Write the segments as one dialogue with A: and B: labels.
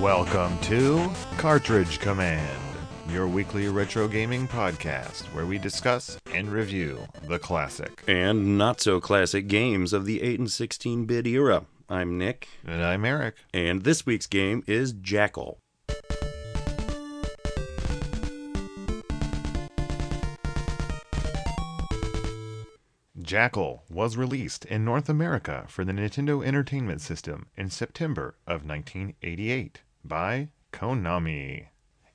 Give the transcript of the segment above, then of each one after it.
A: Welcome to Cartridge Command, your weekly retro gaming podcast where we discuss and review the classic.
B: and not so classic games of the 8 and 16 bit era. I'm Nick,
A: And I'm Eric.
B: and this week's game is Jackal.
A: Jackal was released in North America for the Nintendo Entertainment System in September of 1988 by Konami.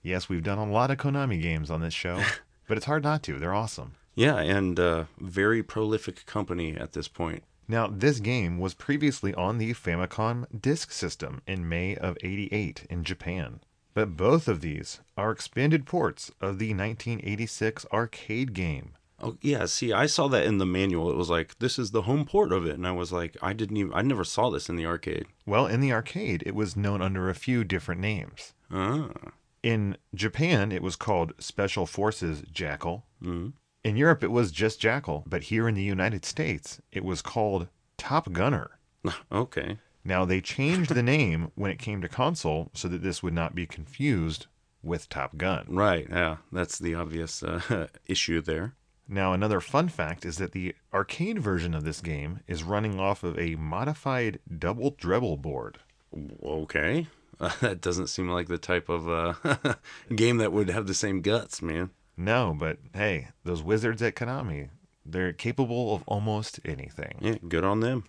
A: Yes, we've done a lot of Konami games on this show, but it's hard not to. They're awesome.
B: Yeah, and uh, very prolific company at this point.
A: Now, this game was previously on the Famicom Disk System in May of 88 in Japan. But both of these are expanded ports of the 1986 arcade game.
B: Oh yeah, see, I saw that in the manual. It was like this is the home port of it, and I was like, I didn't even, I never saw this in the arcade.
A: Well, in the arcade, it was known under a few different names.
B: Ah,
A: In Japan, it was called Special Forces Jackal.
B: mm.
A: In Europe, it was just Jackal. But here in the United States, it was called Top Gunner.
B: okay,
A: Now, they changed the name when it came to console so that this would not be confused with Top Gun.
B: right, yeah, that's the obvious uh, issue there.
A: Now, another fun fact is that the arcade version of this game is running off of a modified double Drebble board.
B: Okay, that doesn't seem like the type of uh, game that would have the same guts, man.
A: No, but hey, those wizards at Konami, they're capable of almost anything.
B: Yeah, good on them.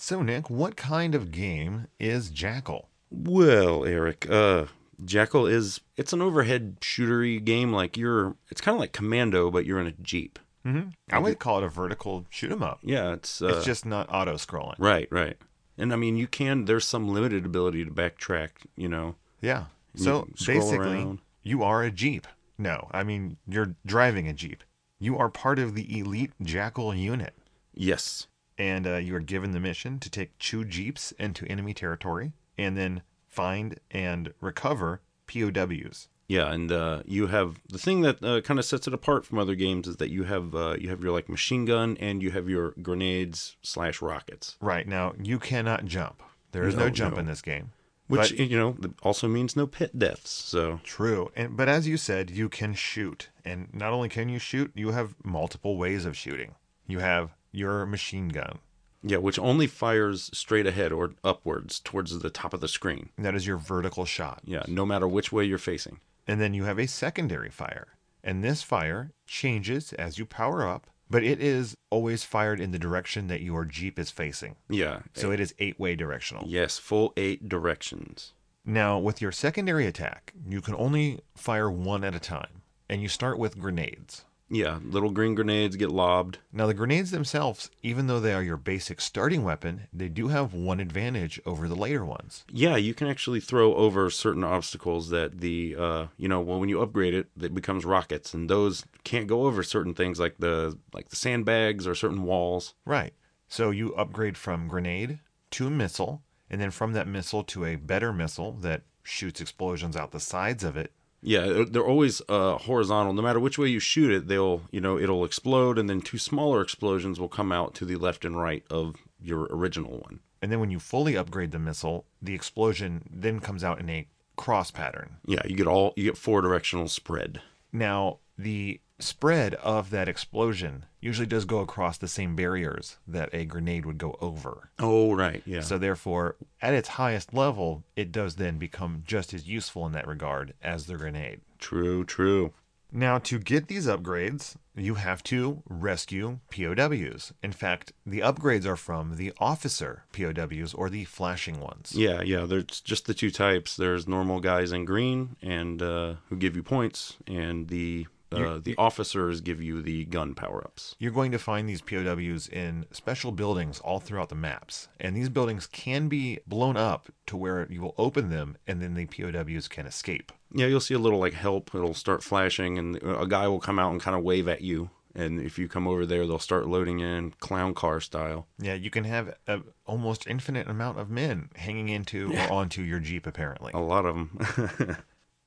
A: So, Nick, what kind of game is Jackal?
B: Well, Eric, uh Jackal is it's an overhead shootery game like you're it's kind of like Commando but you're in a Jeep.
A: Mm-hmm. I would call it a vertical shoot 'em up.
B: Yeah, it's uh,
A: it's just not auto scrolling.
B: right, right. And I mean, you can there's some limited ability to backtrack, you know.
A: Yeah.
B: You
A: So
B: scroll
A: basically,
B: around.
A: you are a Jeep. No, I mean, you're driving a Jeep. You are part of the elite Jackal unit.
B: Yes.
A: and uh, you are given the mission to take two jeeps into enemy territory and then find and recover POWs.
B: Yeah, and uh, you have the thing that uh, kind of sets it apart from other games is that you have uh, you have your like machine gun and you have your grenades slash rockets,
A: Right now, you cannot jump. There is no,
B: No,
A: jump
B: no.
A: in this game.
B: which
A: But-
B: you know also means no pit deaths. So
A: True, and but as you said, you can shoot, and not only can you shoot, you have multiple ways of shooting. You have your machine gun.
B: yeah, which only fires straight ahead or upwards towards the top of the screen.
A: and That is your vertical shot.
B: Yeah, no matter which way you're facing.
A: And then you have a secondary fire. And this fire changes as you power up, but it is always fired in the direction that your Jeep is facing.
B: Yeah.
A: So it is eight way directional.
B: yes, full eight directions.
A: Now, with your secondary attack, you can only fire one at a time, and you start with grenades.
B: Yeah, little green grenades get lobbed.
A: Now, the grenades themselves, even though they are your basic starting weapon, they do have one advantage over the later ones.
B: Yeah, you can actually throw over certain obstacles that the uh, you know, well when you upgrade it, it becomes rockets and those can't go over certain things like the like the sandbags or certain walls.
A: Right. So you upgrade from grenade to a missile, and then from that missile to a better missile that shoots explosions out the sides of it.
B: Yeah, they're- they're always uh, horizontal. No matter which way you shoot it, they'll, you know, it'll explode, and then two smaller explosions will come out to the left and right of your original one.
A: And then when you fully upgrade the missile, the explosion then comes out in a cross pattern.
B: Yeah, you get all, you get four directional spread.
A: Now, the spread of that explosion usually does go across the same barriers that a grenade would go over.
B: Oh, right. Yeah.
A: So, therefore, at its highest level, it does then become just as useful in that regard as the grenade.
B: True, true.
A: Now, to get these upgrades, you have to rescue POWs. In fact, the upgrades are from the officer POWs or the flashing ones.
B: Yeah, yeah. There's just the two types. There's normal guys in green and uh, who give you points, and the uh, the officers give you the gun power ups.
A: You're going to find these POWs in special buildings all throughout the maps. And these buildings can be blown up to where you will open them and then the POWs can escape.
B: Yeah, you'll see a little like help. It'll start flashing, and uh, a guy will come out and kind of wave at you. And if you come over there, they'll start loading in clown car style.
A: Yeah, you can have a almost infinite amount of men hanging into or onto your Jeep, apparently.
B: A lot of them.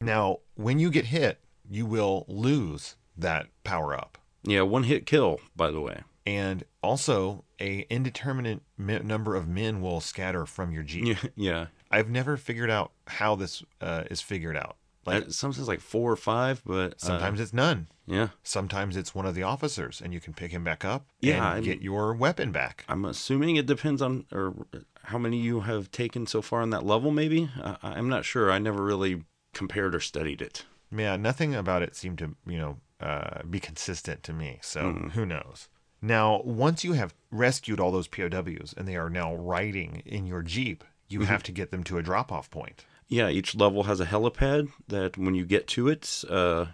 A: Now, when you get hit, you will lose that power up.
B: yeah, one hit kill. By the way,
A: and also a indeterminate mi- number of men will scatter from your jeep.
B: Yeah, yeah.
A: I've never figured out how this uh, is figured out. Like
B: Like, sometimes like four or five, but uh,
A: sometimes it's none.
B: yeah.
A: Sometimes it's one of the officers, and you can pick him back up
B: Yeah,
A: and
B: I'm-
A: get your weapon back.
B: I'm assuming it depends on or uh, how many you have taken so far on that level. Maybe I, I'm not sure. I never really compared or studied it.
A: Yeah, nothing about it seemed to, you know, uh, be consistent to me. So
B: Hmm.
A: who knows? Now, once you have rescued all those POWs and they are now riding in your Jeep, you
B: Mm-hmm.
A: have to get them to a drop off point.
B: Yeah, each level has a helipad that when you get to it, uh,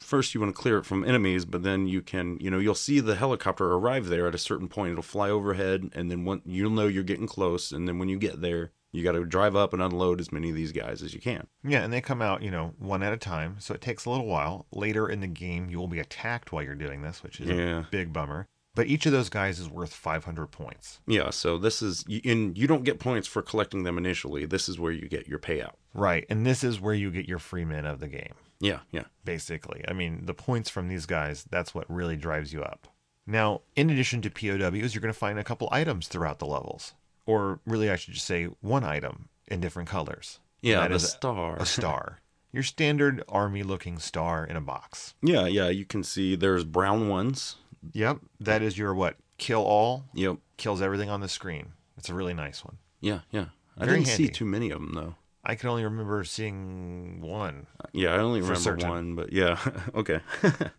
B: first you want to clear it from enemies, but then you can, you know, you'll see the helicopter arrive there at a certain point. It'll fly overhead, and then one, you'll know you're getting close. And then when you get there, you got to drive up and unload as many of these guys as you can.
A: Yeah, and they come out, you know, one at a time. So it takes a little while. Later in the game, you will be attacked while you're doing this, which is
B: Yeah.
A: a big bummer. But each of those guys is worth 500 points.
B: Yeah, so this is, y- and you don't get points for collecting them initially. This is where you get your payout.
A: Right. And this is where you get your free men of the game.
B: Yeah, yeah.
A: basically. I mean, the points from these guys, that's what really drives you up. Now, in addition to POWs, you're going to find a couple items throughout the levels. Or really, I should just say one item in different colors.
B: Yeah,
A: That
B: the
A: is
B: star.
A: a star. Your standard army looking star in a box.
B: yeah, yeah. You can see there's brown ones.
A: Yep. That is your what? Kill all,
B: Yep.
A: kills everything on the screen. It's a really nice one.
B: Yeah, yeah. I
A: Very
B: didn't see
A: handy.
B: too many of them though.
A: I can only remember seeing one.
B: Yeah, I only
A: For
B: remember
A: certain.
B: one, but yeah, okay.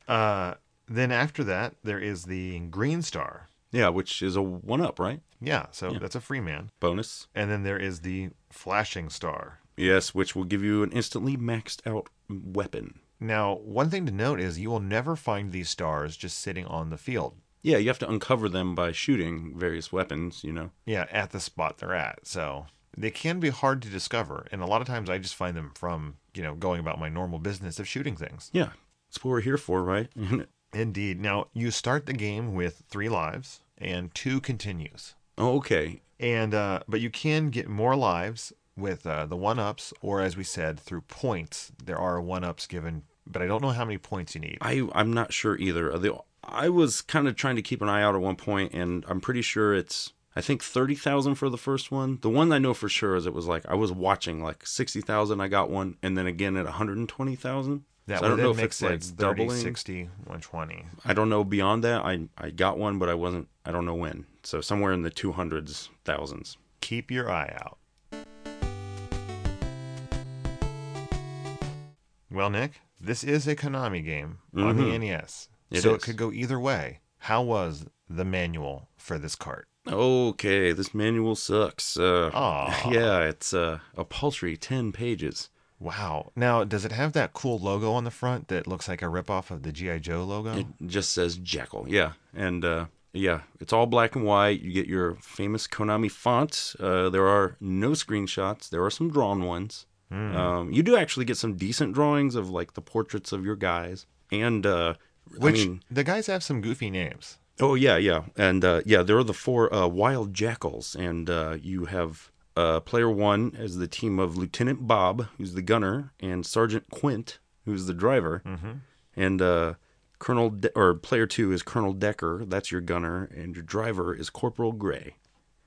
A: Uh, then after that, there is the green star.
B: yeah, which is a one up, right?
A: Yeah, so that's a free man.
B: Bonus.
A: And then there is the flashing star.
B: Yes, which will give you an instantly maxed out weapon.
A: Now, one thing to note is you will never find these stars just sitting on the field.
B: Yeah, you have to uncover them by shooting various weapons, you know.
A: Yeah, at the spot they're at. So they can be hard to discover. And a lot of times I just find them from, you know, going about my normal business of shooting things.
B: Yeah. That's what we're here for, right?
A: Indeed. Now, you start the game with three lives and two continues.
B: oh, okay.
A: And, uh, but you can get more lives with uh, the one ups, or as we said, through points. There are one ups given, but I don't know how many points you need.
B: I I'm not sure either. Uh, The- I was kind of trying to keep an eye out at one point, and I'm pretty sure it's I think thirty thousand for the first one. The one I know for sure is it was like I was watching like sixty thousand. I got one, and then again at one hundred and twenty thousand.
A: That
B: I
A: would
B: don't know
A: then
B: if
A: make
B: it's like
A: sense. 30,
B: doubling.
A: 60, 120.
B: I don't know beyond that. I I got one, but I wasn't. I don't know when. So somewhere in the two hundreds thousands.
A: Keep your eye out. Well, Nick, this is a Konami game on the
B: Mhm.
A: NES,
B: It
A: so
B: is.
A: it could go either way. How was the manual for this cart?
B: Okay, this manual sucks. Uh,
A: Aw.
B: yeah, it's uh, a paltry ten pages.
A: Wow. Now, does it have that cool logo on the front that looks like a ripoff of the G.I. Joe logo?
B: It just says Jackal. Yeah. And uh, yeah, it's all black and white. You get your famous Konami font. Uh, there are no screenshots, there are some drawn ones. Um, you do actually get some decent drawings of like the portraits of your guys. And uh,
A: Which
B: I mean,
A: the guys have some goofy names.
B: oh, yeah, yeah. And uh, yeah, there are the four uh, wild jackals. And uh, you have. Uh, player one as the team of Lieutenant Bob, who's the gunner, and Sergeant Quint, who's the driver
A: Mm-hmm.
B: and uh, Colonel De- or player two is Colonel Decker. That's your gunner, and your driver is Corporal Gray.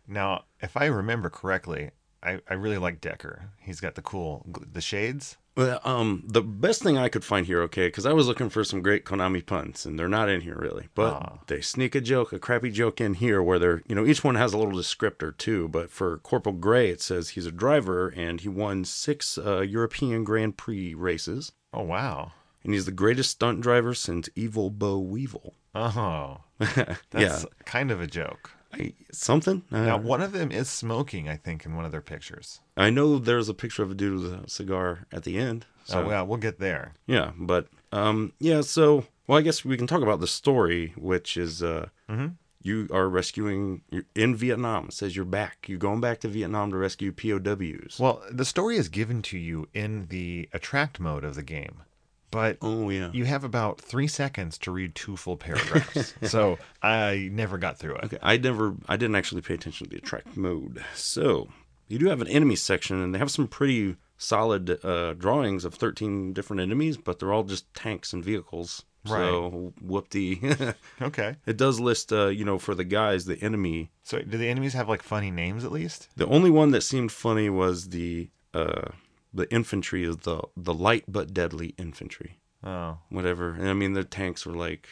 A: Now, if I remember correctly, I, I really like Decker. He's got the cool gl- the shades.
B: Well, um, the best thing I could find here, okay, because I was looking for some great Konami puns, and they're not in here really. But
A: Ah.
B: they sneak a joke, a crappy joke in here where they're, you know, each one has a little descriptor too. But for Corporal Gray, it says he's a driver and he won six uh, European Grand Prix races,
A: Oh wow.
B: and he's the greatest stunt driver since Evil Bo Weevil.
A: Oh,
B: yeah,
A: that's kind of a joke.
B: I, something. Uh, I
A: Now,
B: don't-
A: one of them is smoking, I think, in one of their pictures.
B: I know there's a picture of a dude with a cigar at the end. So
A: So, Uh, well, we'll get there.
B: yeah, but um, yeah. So well, I guess we can talk about the story, which is uh,
A: Mhm.
B: you are rescuing you're in Vietnam. It says you're back. You're going back to Vietnam to rescue POWs.
A: Well, the story is given to you in the attract mode of the game, but
B: oh yeah.
A: you have about three seconds to read two full paragraphs. so I never got through it.
B: Okay, I never, I didn't actually pay attention to the attract mode. So you do have an enemy section, and they have some pretty solid uh, drawings of 13 different enemies, but they're all just tanks and vehicles.
A: Right.
B: So whoopty.
A: Okay.
B: it does list, uh, you know, for the guys, the enemy.
A: So do the enemies have like funny names at least?
B: The only one that seemed funny was the uh, the infantry is the the light but deadly infantry.
A: Oh,
B: Whatever. And I mean, the tanks were like.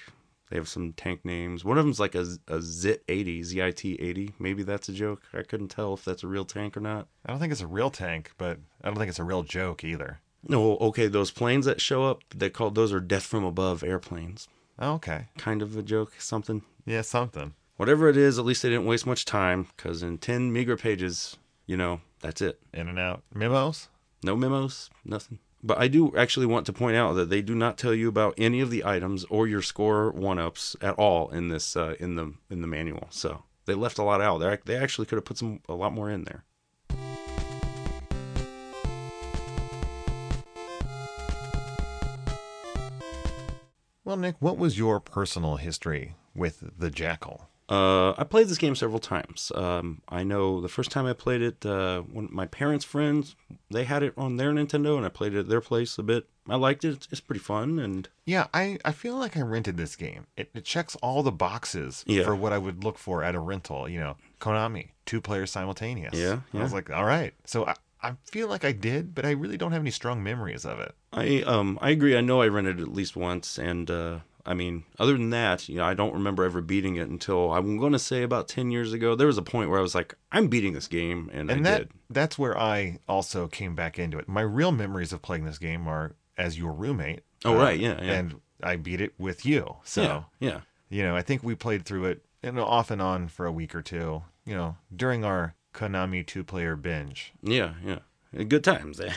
B: They have some tank names. One of them's like a, a ZIT 80, ZIT 80. Maybe that's a joke. I couldn't tell if that's a real tank or not.
A: I don't think it's a real tank, but I don't think it's a real joke either.
B: No, okay, those planes that show up, they call those are death from above airplanes.
A: Oh, okay.
B: Kind of a joke, something.
A: Yeah, something.
B: Whatever it is, at least they didn't waste much time, because in 10 meager pages, you know, that's it.
A: In and out. Memos?
B: No memos, nothing. But I do actually want to point out that they do not tell you about any of the items or your score one-ups at all in this uh, in the in the manual. So they left a lot out. They they actually could have put some a lot more in there.
A: Well, Nick, what was your personal history with the Jackal?
B: Uh, I played this game several times. Um, I know the first time I played it, uh, when my parents' friends they had it on their Nintendo, and I played it at their place a bit. I liked it; it's, it's pretty fun, and
A: Yeah, I, I feel like I rented this game. It, it checks all the boxes
B: Yeah.
A: for what I would look for at a rental. You know, Konami, two players simultaneous.
B: Yeah,
A: I
B: yeah.
A: was like, all right. So I, I feel like I did, but I really don't have any strong memories of it.
B: I um I agree. I know I rented it at least once, and uh, I mean, other than that, you know, I don't remember ever beating it until I'm going to say about ten years ago. There was a point where I was like, I'm beating this game, and, I
A: and that
B: did.
A: that's where I also came back into it. My real memories of playing this game are as your roommate. uh,
B: Oh, right, yeah, yeah.
A: And I beat it with you. So
B: yeah, yeah.
A: you know, I think we played through it and off and on for a week or two. You know, during our Konami two-player binge.
B: Yeah, yeah. Good times.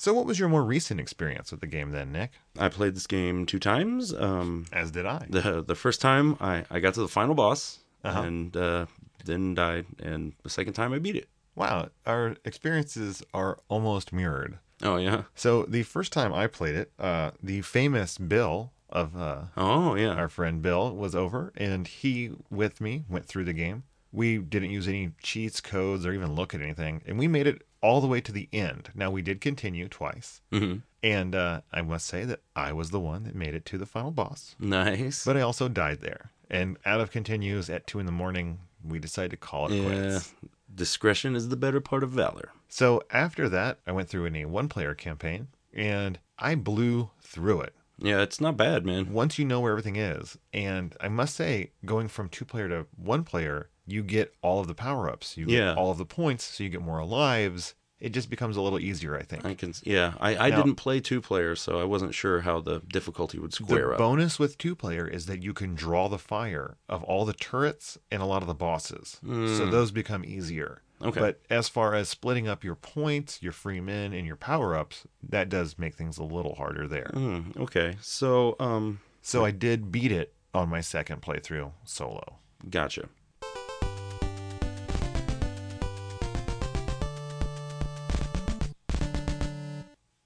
A: So, what was your more recent experience with the game then, Nick?
B: I played this game two times. Um,
A: As did I.
B: the the first time I, I got to the final boss
A: Uh-huh.
B: and uh, then died, and the second time I beat it.
A: Wow, our experiences are almost mirrored.
B: Oh yeah,
A: So, the first time I played it, uh, the famous Bill of uh,
B: oh yeah.
A: our friend Bill was over and he with me went through the game. We didn't use any cheats, codes, or even look at anything, and we made it all the way to the end. Now we did continue twice,
B: Mhm.
A: and uh, I must say that I was the one that made it to the final boss,
B: Nice.
A: but I also died there. And out of continues at two in the morning, we decided to call it
B: yeah,
A: quits.
B: discretion is the better part of valor.
A: So after that, I went through in a one-player campaign, and I blew through it.
B: Yeah, it's not bad, man.
A: once you know where everything is, and I must say, going from two player to one player, you get all of the power ups, you
B: Yeah.
A: get all of the points, so you get more lives. It just becomes a little easier, I think.
B: I can. Yeah, I, I
A: Now-
B: didn't play two players, so I wasn't sure how the difficulty would
A: the
B: square up.
A: bonus with two player is that you can draw the fire of all the turrets and a lot of the bosses, so those become easier.
B: Hmm. Okay.
A: But as far as splitting up your points, your free men, and your power ups, that does make things a little harder there.
B: Hmm, okay, so um,
A: So I did beat it on my second playthrough solo.
B: gotcha.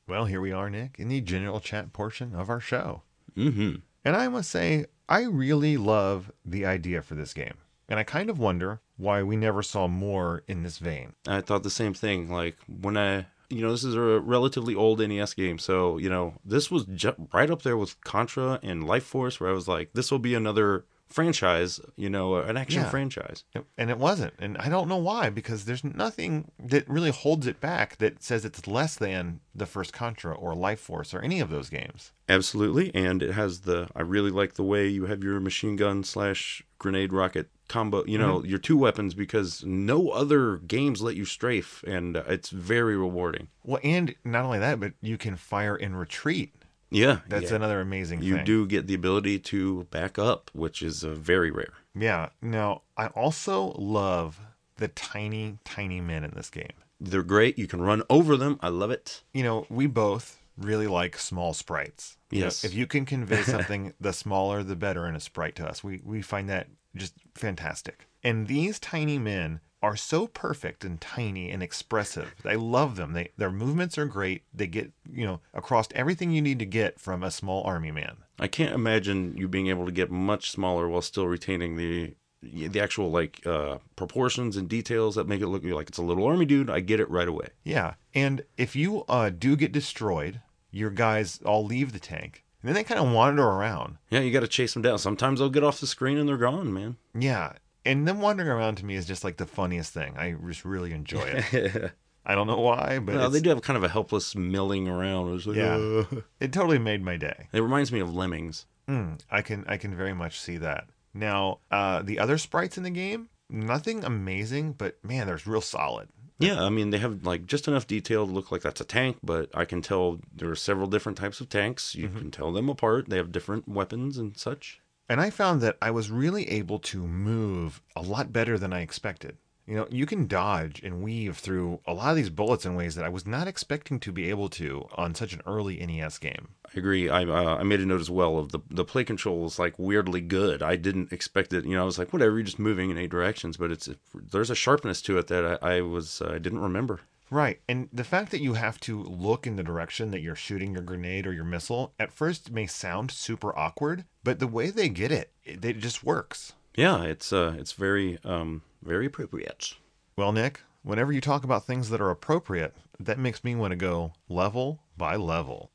A: Well, here we are, Nick, in the general chat portion of our show.
B: Mm-hmm.
A: And I must say, I really love the idea for this game. And I kind of wonder why we never saw more in this vein.
B: I thought the same thing. Like when I, you know, this is a relatively old NES game, so you know, this was ju- right up there with Contra and Life Force, where I was like, this will be another franchise, you know, an action
A: Yeah.
B: franchise.
A: And it wasn't. And I don't know why, because there's nothing that really holds it back that says it's less than the first Contra or Life Force or any of those games.
B: Absolutely, and it has the. I really like the way you have your machine gun slash grenade rocket combo. You know, your two weapons because no other games let you strafe, and uh, it's very rewarding.
A: Well, and not only that, but you can fire and retreat.
B: Yeah,
A: That's
B: yeah.
A: another amazing
B: You
A: thing.
B: do get the ability to back up, which is uh, very rare.
A: Yeah. Now, I also love the tiny, tiny men in this game.
B: They're great. You can run over them. I love it.
A: you know, we both really like small sprites. You know,
B: Yes.
A: if you can convey something, the smaller the better in a sprite to us. We we find that just fantastic. And these tiny men are so perfect and tiny and expressive. I love them. They their movements are great. They get, you know, across everything you need to get from a small army man.
B: I can't imagine you being able to get much smaller while still retaining the the actual like uh, proportions and details that make it look like it's a little army dude. I get it right away.
A: Yeah, and if you uh, do get destroyed, your guys all leave the tank. And then they kind of wander around.
B: Yeah, you got to chase them down. Sometimes they'll get off the screen and they're gone, man.
A: Yeah, and them wandering around to me is just like the funniest thing. I just really enjoy it. I don't know why, but
B: No,
A: it's-
B: they do have kind of a helpless milling around. It's like,
A: Yeah.
B: "Ugh."
A: it totally made my day.
B: It reminds me of Lemmings.
A: Mm, I can I can very much see that. Now, uh, the other sprites in the game, nothing amazing, but man, they're real solid.
B: Yeah, I mean they have like just enough detail to look like that's a tank, but I can tell there are several different types of tanks.
A: Mm-hmm.
B: You can tell them apart. They have different weapons and such.
A: And I found that I was really able to move a lot better than I expected. You know, you can dodge and weave through a lot of these bullets in ways that I was not expecting to be able to on such an early NES game.
B: I agree. I uh, I made a note as well of the the play control is like weirdly good. I didn't expect it. You know, I was like, whatever, you're just moving in eight directions, but it's there's a sharpness to it that I, I was uh, I didn't remember.
A: Right. And the fact that you have to look in the direction that you're shooting your grenade or your missile at first may sound super awkward, but the way they get it, it, it just works.
B: Yeah, it's uh it's very um very appropriate.
A: Well, Nick, whenever you talk about things that are appropriate, that makes me want to go level by level.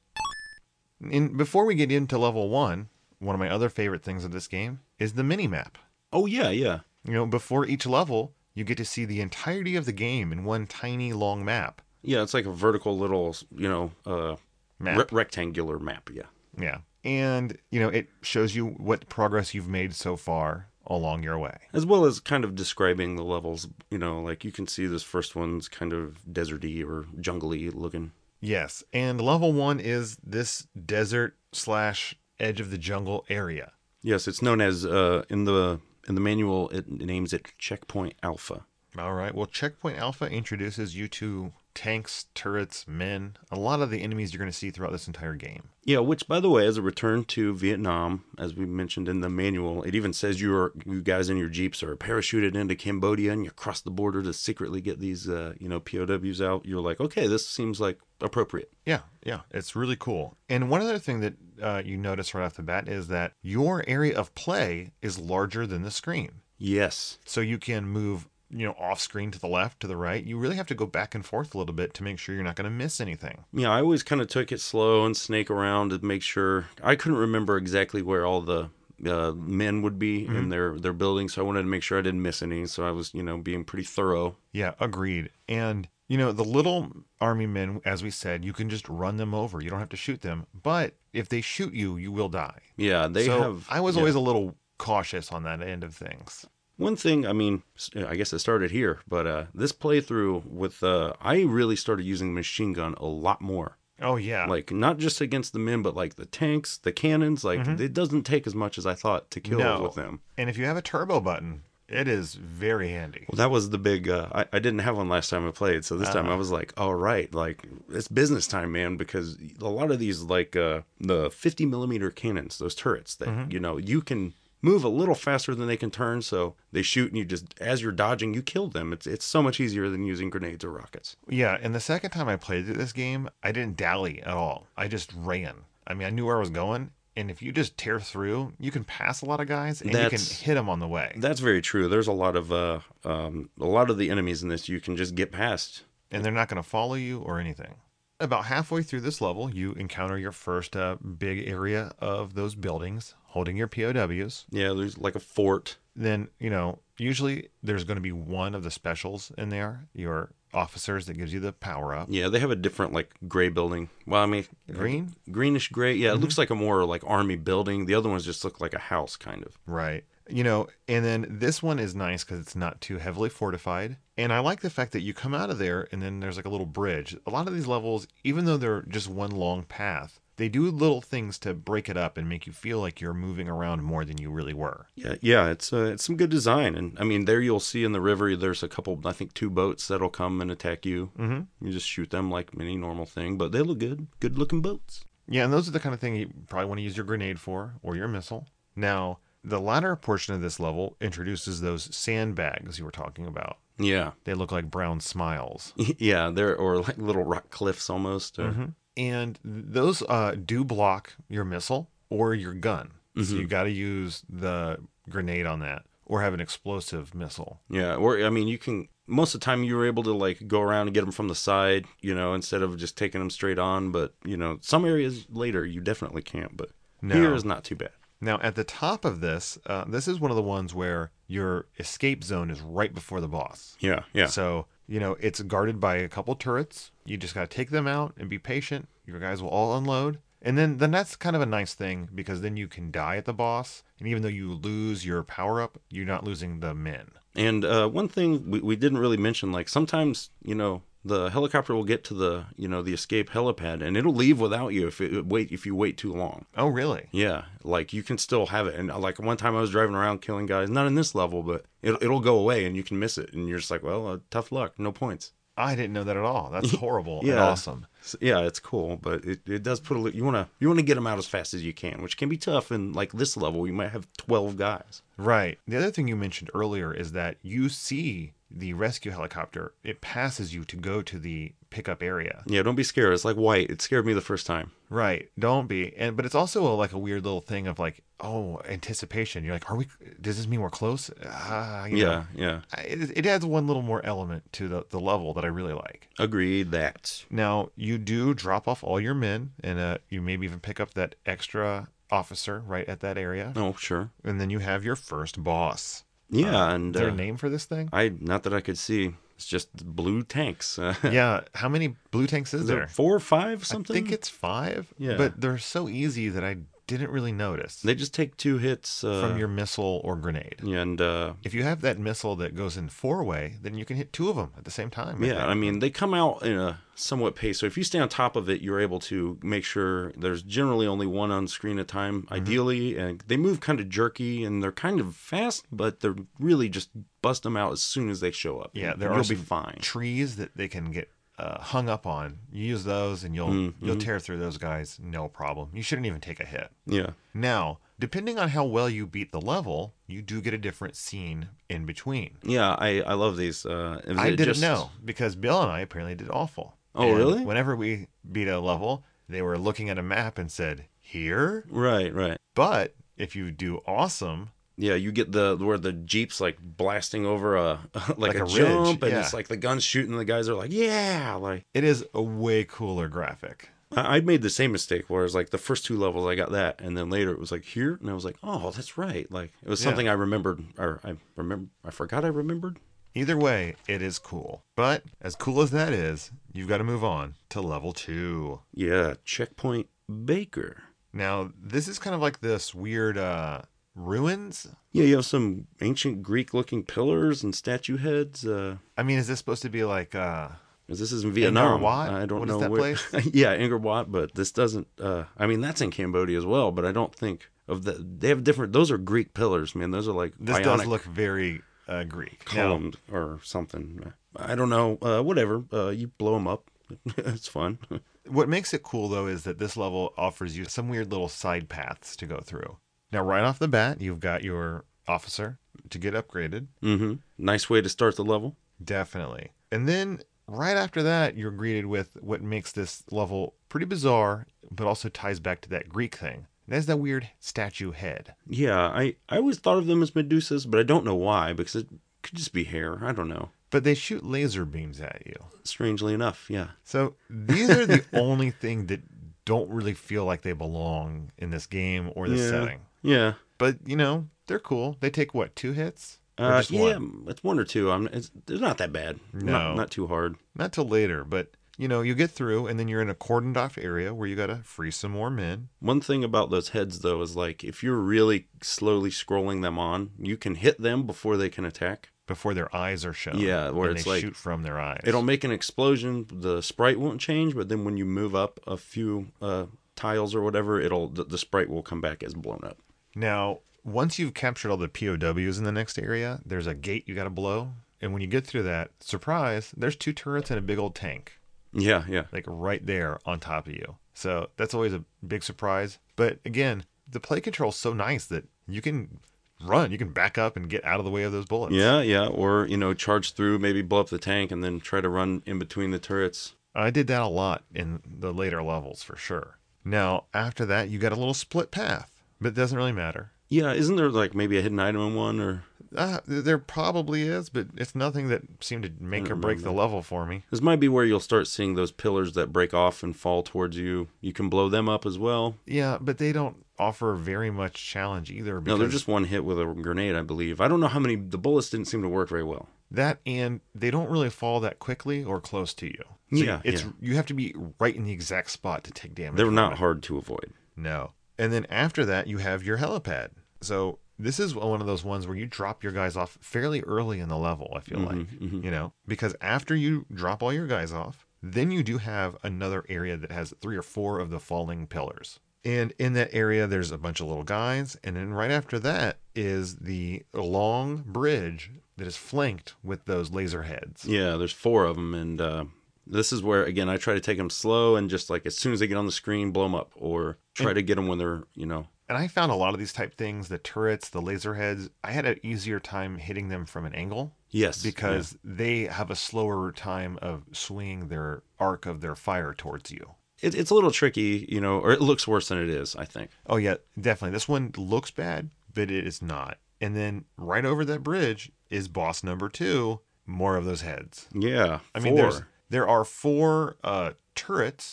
A: And before we get into level one, one of my other favorite things of this game is the mini map.
B: Oh yeah, yeah.
A: You know, before each level, you get to see the entirety of the game in one tiny long map.
B: Yeah, it's like a vertical little, you know, uh,
A: Map.
B: re- rectangular map. Yeah,
A: Yeah. And, you know, it shows you what progress you've made so far along your way.
B: as well as kind of describing the levels. You know, like you can see this first one's kind of deserty or jungly looking.
A: Yes. And level one is this desert slash edge of the jungle area.
B: Yes, it's known as uh, in the in the manual it names it checkpoint alpha.
A: All right. Well, Checkpoint Alpha introduces you to tanks, turrets, men, a lot of the enemies you're going to see throughout this entire game.
B: Yeah, which by the way, as a return to Vietnam, as we mentioned in the manual, it even says you are you guys in your jeeps are parachuted into Cambodia and you cross the border to secretly get these uh, you know POWs out. You're like, okay, this seems like appropriate.
A: Yeah, yeah, it's really cool. And one other thing that uh, you notice right off the bat is that your area of play is larger than the screen.
B: Yes,
A: So you can move, you know, off screen to the left, to the right. You really have to go back and forth a little bit to make sure you're not going to miss anything.
B: Yeah, I always kind of took it slow and snake around to make sure. I couldn't remember exactly where all the uh, men would be
A: Mm-hmm.
B: in their their building, so I wanted to make sure I didn't miss any. So I was, you know, being pretty thorough.
A: Yeah, agreed. And you know, the little army men, as we said, you can just run them over. You don't have to shoot them. But if they shoot you, you will die.
B: Yeah, they
A: so
B: have.
A: I was
B: yeah.
A: always a little cautious on that end of things.
B: one thing. I mean, s- I guess it started here, but uh, this playthrough with uh, I really started using the machine gun a lot more.
A: Oh yeah,
B: Like not just against the men, but like the tanks, the cannons. Like it doesn't take as much as I thought to kill
A: Mm-hmm. No.
B: with them.
A: and if you have a turbo button, it is very handy.
B: Well, that was the big. Uh, I, I didn't have one last time I played, so this time I was like, all right, like it's business time, man, because a lot of these like uh, the 50 millimeter cannons, those turrets that you know you can move a little faster than they can turn, so they shoot and you just as you're dodging, you kill them. It's it's so much easier than using grenades or rockets.
A: Yeah, and the second time I played this game, I didn't dally at all. I just ran. I mean, I knew where I was going, and if you just tear through, you can pass a lot of guys and you can
B: That's-
A: hit them on the way.
B: That's very true. There's a lot of uh, um, a lot of the enemies in this you can just get past.
A: and they're not going to follow you or anything. About halfway through this level, you encounter your first uh, big area of those buildings holding your POWs.
B: Yeah, there's like a fort.
A: Then, you know, usually there's going to be one of the specials in there, your officers that gives you the power up.
B: Yeah, they have a different like gray building. Well, I mean,
A: Green?
B: greenish gray. Yeah, it looks like a more like army building. The other ones just look like a house, kind of.
A: Right. You know, and then this one is nice because it's not too heavily fortified. And I like the fact that you come out of there and then there's like a little bridge. A lot of these levels, even though they're just one long path, they do little things to break it up and make you feel like you're moving around more than you really were.
B: Yeah, yeah, it's uh, it's some good design, and I mean, there you'll see in the river. There's a couple, I think, two boats that'll come and attack you. Mm-hmm. You just shoot them like any normal thing, but they look good, good looking boats.
A: Yeah, and those are the kind of thing you probably want to use your grenade for or your missile. Now, the latter portion of this level introduces those sandbags you were talking about.
B: Yeah,
A: They look like brown smiles.
B: yeah, they're or like little rock cliffs almost. Or,
A: And those uh, do Mm-hmm. block your missile or your gun. So you got to use the grenade on that. or have an explosive missile.
B: Yeah, or I mean, you can most of the time you were able to like go around and get them from the side, you know, instead of just taking them straight on. But you know, some areas later you definitely can't. But
A: No.
B: here is not too bad.
A: Now, at the top of this, uh, this is one of the ones where your escape zone is right before the boss.
B: Yeah, yeah,
A: So, you know, it's guarded by a couple turrets. You just got to take them out and be patient. Your guys will all unload. And then, then that's kind of a nice thing because then you can die at the boss. And even though you lose your power up, you're not losing the men.
B: and uh, one thing we, we didn't really mention, like sometimes you know the helicopter will get to the you know the escape helipad and it'll leave without you if it wait if you wait too long.
A: Oh, really?
B: Yeah, like you can still have it. And uh, like one time I was driving around killing guys, not in this level, but it, it'll go away and you can miss it. And you're just like, well, uh, tough luck, no points.
A: I didn't know that at all. That's horrible and
B: Yeah.
A: awesome.
B: So, yeah, it's cool, but it, it does put a little, you want to, you want to get them out as fast as you can, which can be tough. And like this level, you might have 12 guys.
A: Right. The other thing you mentioned earlier is that you see the rescue helicopter, it passes you to go to the pickup area.
B: Yeah, don't be scared. It's like white. It scared me the first time.
A: Right. Don't be. And but it's also a, like a weird little thing of like, oh, anticipation. You're like, are we? Does this mean we're close? Ah, you know.
B: Yeah, yeah.
A: I- It, it adds one little more element to the, the level that I really like.
B: Agreed that.
A: Now you do drop off all your men, and uh, you maybe even pick up that extra officer right at that area,
B: Oh, sure.
A: and then you have your first boss.
B: Yeah,
A: Is
B: and
A: there a
B: uh,
A: name for this thing?
B: I not that I could see. It's just blue tanks. Uh,
A: yeah. How many blue tanks is
B: is there
A: there?
B: four or five something?
A: I think it's five.
B: Yeah.
A: But they're so easy that I didn't really notice
B: they just take two hits uh,
A: from your missile or grenade.
B: and uh,
A: If you have that missile that goes in four way, then you can hit two of them at the same time. I
B: Yeah, I
A: think.
B: mean they come out in a somewhat pace. So if you stay on top of it, you're able to make sure there's generally only one on screen at a time,
A: Mm-hmm.
B: ideally. And they move kind of jerky and they're kind of fast, but they're really just bust them out as soon as they show up.
A: Yeah,
B: And
A: there are
B: you'll be
A: some
B: fine.
A: trees that they can get uh, hung up on. You use those, and you'll
B: Mm-hmm.
A: you'll tear through those guys, no problem. You shouldn't even take a hit.
B: Yeah,
A: Now, depending on how well you beat the level, you do get a different scene in between.
B: yeah, I I love these. Uh, is
A: I
B: it
A: didn't
B: just-
A: know because Bill and I apparently did awful.
B: Oh,
A: And
B: really?
A: Whenever we beat a level, they were looking at a map and said, "Here."
B: Right, right.
A: But if you do awesome,
B: Yeah, you get the where the jeeps like blasting over a like,
A: Like
B: a,
A: a ridge,
B: jump, and
A: yeah.
B: it's like the guns shooting. The guys are like, yeah, like.
A: it is a way cooler graphic.
B: I I made the same mistake where it's like the first two levels I got that, and then later it was like here, and I was like, oh, that's right. Like it was
A: Yeah.
B: something I remembered, or I remember, I forgot I remembered.
A: Either way, it is cool. But as cool as that is, you've got to move on to level two.
B: Yeah, checkpoint Baker.
A: Now, this is kind of like this weird uh, ruins.
B: Yeah, you have some ancient Greek-looking pillars and statue heads. Uh,
A: I mean, is this supposed to be like uh,
B: is this is in Vietnam?
A: Wat?
B: I don't
A: What is
B: know
A: that
B: where. yeah, Angkor Wat, but this doesn't. Uh, I mean, that's in Cambodia as well, but I don't think of the. They have different. Those are Greek pillars, man. Those are like
A: this
B: Ionic
A: does look very uh, Greek? Now,
B: column or something. I don't know. Uh, whatever. Uh, you blow them up. it's fun.
A: what makes it cool though is that this level offers you some weird little side paths to go through. Now, right off the bat, you've got your officer to get upgraded.
B: hmm Nice way to start the level.
A: Definitely. And then right after that, you're greeted with what makes this level pretty bizarre, but also ties back to that Greek thing. That's that weird statue head.
B: Yeah, I, I always thought of them as Medusas, but I don't know why because it could just be hair. I don't know.
A: But they shoot laser beams at you.
B: Strangely enough, yeah.
A: So these are the only thing that don't really feel like they belong in this game or this
B: Yeah.
A: setting.
B: Yeah.
A: But you know, they're cool. They take what, two hits? Or
B: Uh,
A: just
B: yeah,
A: one?
B: it's one or two. I'm. It's, they're not that bad.
A: No.
B: Not, not too hard.
A: Not till later, but you know, you get through and then you're in a cordoned off area where you gotta free some more men.
B: One thing about those heads though is like if you're really slowly scrolling them on, you can hit them before they can attack.
A: before their eyes are shown.
B: Yeah, where
A: and
B: it's
A: they
B: like-
A: shoot from their eyes.
B: It'll make an explosion. The sprite won't change, but then when you move up a few uh, tiles or whatever, it'll the, the sprite will come back as blown up.
A: now once you've captured all the POWs in the next area, there's a gate you got to blow, and when you get through that, surprise, there's two turrets and a big old tank
B: Yeah, yeah,
A: like right there on top of you. So that's always a big surprise. But again, the play control's so nice that you can run, you can back up and get out of the way of those bullets.
B: yeah, yeah. Or you know, charge through, maybe blow up the tank, and then try to run in between the turrets.
A: I did that a lot in the later levels for sure. Now, after that, you got a little split path, but it doesn't really matter.
B: Yeah, isn't there like maybe a hidden item in one or
A: Uh, there probably is, but it's nothing that seemed to make or break the level for me.
B: This might be where you'll start seeing those pillars that break off and fall towards you. You can blow them up as well.
A: Yeah, but they don't offer very much challenge either.
B: No,
A: Because
B: they're just one hit with a grenade, I believe. I don't know how many. The bullets didn't seem to work very well.
A: that, and they don't really fall that quickly or close to you.
B: Yeah,
A: it's
B: yeah.
A: you have to be right in the exact spot to take damage.
B: They're
A: from
B: not
A: it.
B: hard to avoid.
A: No. And then after that, you have your helipad. So this is one of those ones where you drop your guys off fairly early in the level, I
B: Mm-hmm.
A: feel like, you know, because after you drop all your guys off, then you do have another area that has three or four of the falling pillars. And in that area, there's a bunch of little guys. And then right after that is the long bridge that is flanked with those laser heads.
B: Yeah, there's four of them, and uh, this is where again I try to take them slow and just like as soon as they get on the screen, blow them up, or try to get them when they're you know
A: And I found a lot of these type things the turrets, the laser heads I had an easier time hitting them from an angle.
B: yes
A: because they have a slower time of swinging their arc of their fire towards you.
B: yeah. it, it's a little tricky, you know, or it looks worse than it is. I think.
A: Oh yeah, definitely. This one looks bad, but it is not. And then right over that bridge is boss number 2, more of those heads.
B: Yeah,
A: I mean
B: four.
A: there's there are four uh turrets,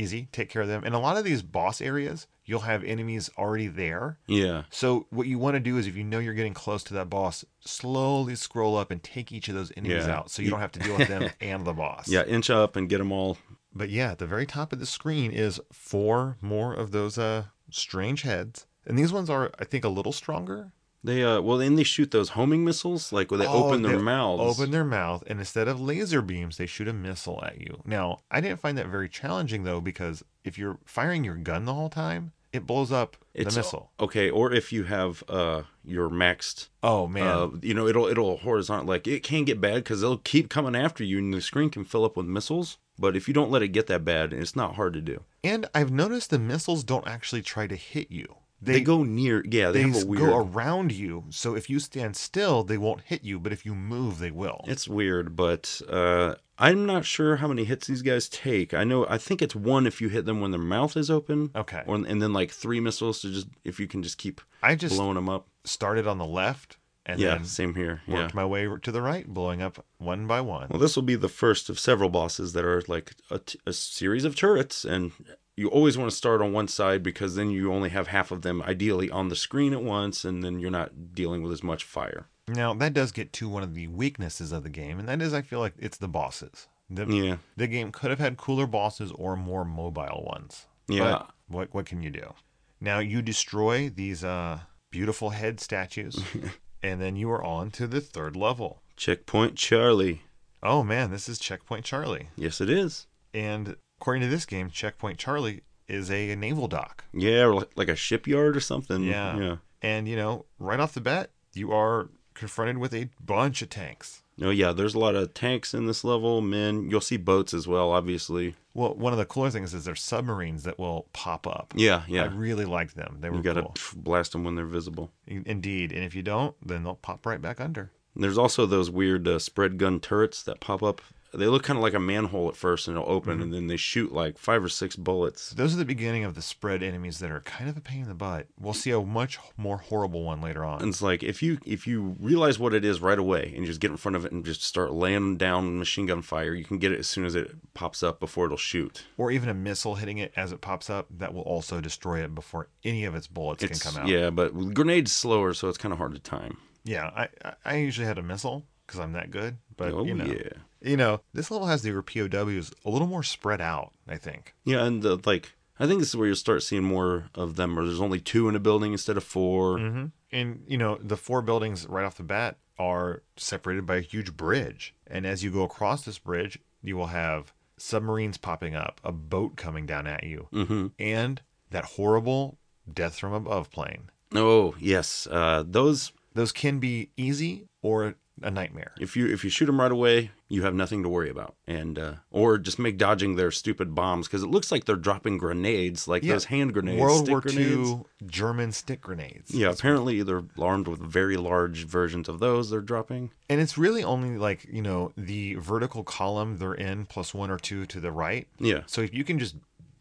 A: easy, take care of them. And a lot of these boss areas, you'll have enemies already there.
B: yeah,
A: So what you want to do is if you know you're getting close to that boss, slowly scroll up and take each of those enemies
B: Yeah.
A: out so you don't have to deal with them and the boss.
B: yeah, inch up and get them all.
A: But yeah, at the very top of the screen is four more of those uh strange heads. And these ones are, I think, a little stronger.
B: They uh, well, then they shoot those homing missiles, like where they
A: Oh,
B: open their
A: they
B: mouths.
A: Open their mouth, and instead of laser beams, they shoot a missile at you. Now, I didn't find that very challenging though, because if you're firing your gun the whole time, it blows up
B: It's-
A: the missile.
B: Okay, or if you have uh your maxed
A: Oh man.
B: Uh, you know, it'll it'll horizontal like it can get bad because they'll keep coming after you, and the screen can fill up with missiles. But if you don't let it get that bad, it's not hard to do.
A: and I've noticed the missiles don't actually try to hit you.
B: They, go near, yeah, they,
A: they
B: have a
A: s-
B: weird.
A: go around you, so if you stand still, they won't hit you, but if you move, they will.
B: it's weird, but uh, I'm not sure how many hits these guys take. I know, I think it's one if you hit them when their mouth is open.
A: Okay.
B: Or, and then like three missiles to just if you can just keep
A: I just
B: blowing them up.
A: started on the left and
B: yeah,
A: then
B: same here. Yeah.
A: worked my way to the right, blowing up one by one.
B: Well, this will be the first of several bosses that are like a, t- a series of turrets, and you always want to start on one side because then you only have half of them ideally on the screen at once, and then you're not dealing with as much fire.
A: Now that does get to one of the weaknesses of the game, and that is I feel like it's the bosses. The,
B: Yeah,
A: the game could have had cooler bosses or more mobile ones.
B: Yeah.
A: But what what can you do? Now you destroy these uh, beautiful head statues, and then you are on to the third level.
B: checkpoint Charlie.
A: Oh man, this is Checkpoint Charlie.
B: Yes, it is.
A: And according to this game, Checkpoint Charlie is a naval dock.
B: Yeah, or li- like a shipyard or something.
A: Yeah.
B: yeah.
A: And you know, right off the bat, you are confronted with a bunch of tanks.
B: No, yeah. There's a lot of tanks in this level. Men, you'll see boats as well, obviously.
A: Well, one of the cooler things is there's submarines that will pop up.
B: Yeah,
A: I
B: yeah.
A: really liked them. They were
B: You gotta
A: cool.
B: pff, blast them when they're visible.
A: Indeed. And if you don't, then they'll pop right back under.
B: There's also those weird uh, spread gun turrets that pop up. They look kind of like a manhole at first, and it'll open,
A: Mm-hmm.
B: and then they shoot like five or six bullets.
A: Those are the beginning of the spread enemies that are kind of a pain in the butt. We'll see a much more horrible one later on.
B: And it's like if you if you realize what it is right away, and just get in front of it and just start laying down machine gun fire, you can get it as soon as it pops up before it'll shoot.
A: Or even a missile hitting it as it pops up that will also destroy it before any of its bullets
B: It's-
A: can come out.
B: Yeah, but with grenades slower, so it's kind of hard to time.
A: Yeah, I, I- I usually had a missile because I'm that good. But,
B: oh
A: you know,
B: yeah,
A: you know, this level has the POWs a little more spread out, I think.
B: yeah, and the, like I think this is where you'll start seeing more of them. Or there's only two in a building instead of 4
A: Mm-hmm. And you know, the four buildings right off the bat are separated by a huge bridge. And as you go across this bridge, you will have submarines popping up, a boat coming down at you,
B: Mm-hmm.
A: and that horrible death from above plane.
B: Oh yes, uh, those
A: Those can be easy or a nightmare.
B: if you if you shoot them right away, you have nothing to worry about, and uh, or just make dodging their stupid bombs because it looks like they're dropping grenades, like
A: Yeah.
B: those hand grenades,
A: World
B: stick
A: War
B: grenades.
A: II German stick grenades.
B: Yeah, apparently they're armed with very large versions of those. They're dropping.
A: And it's really only like, you know, the vertical column they're in plus one or two to the right.
B: Yeah,
A: So if you can just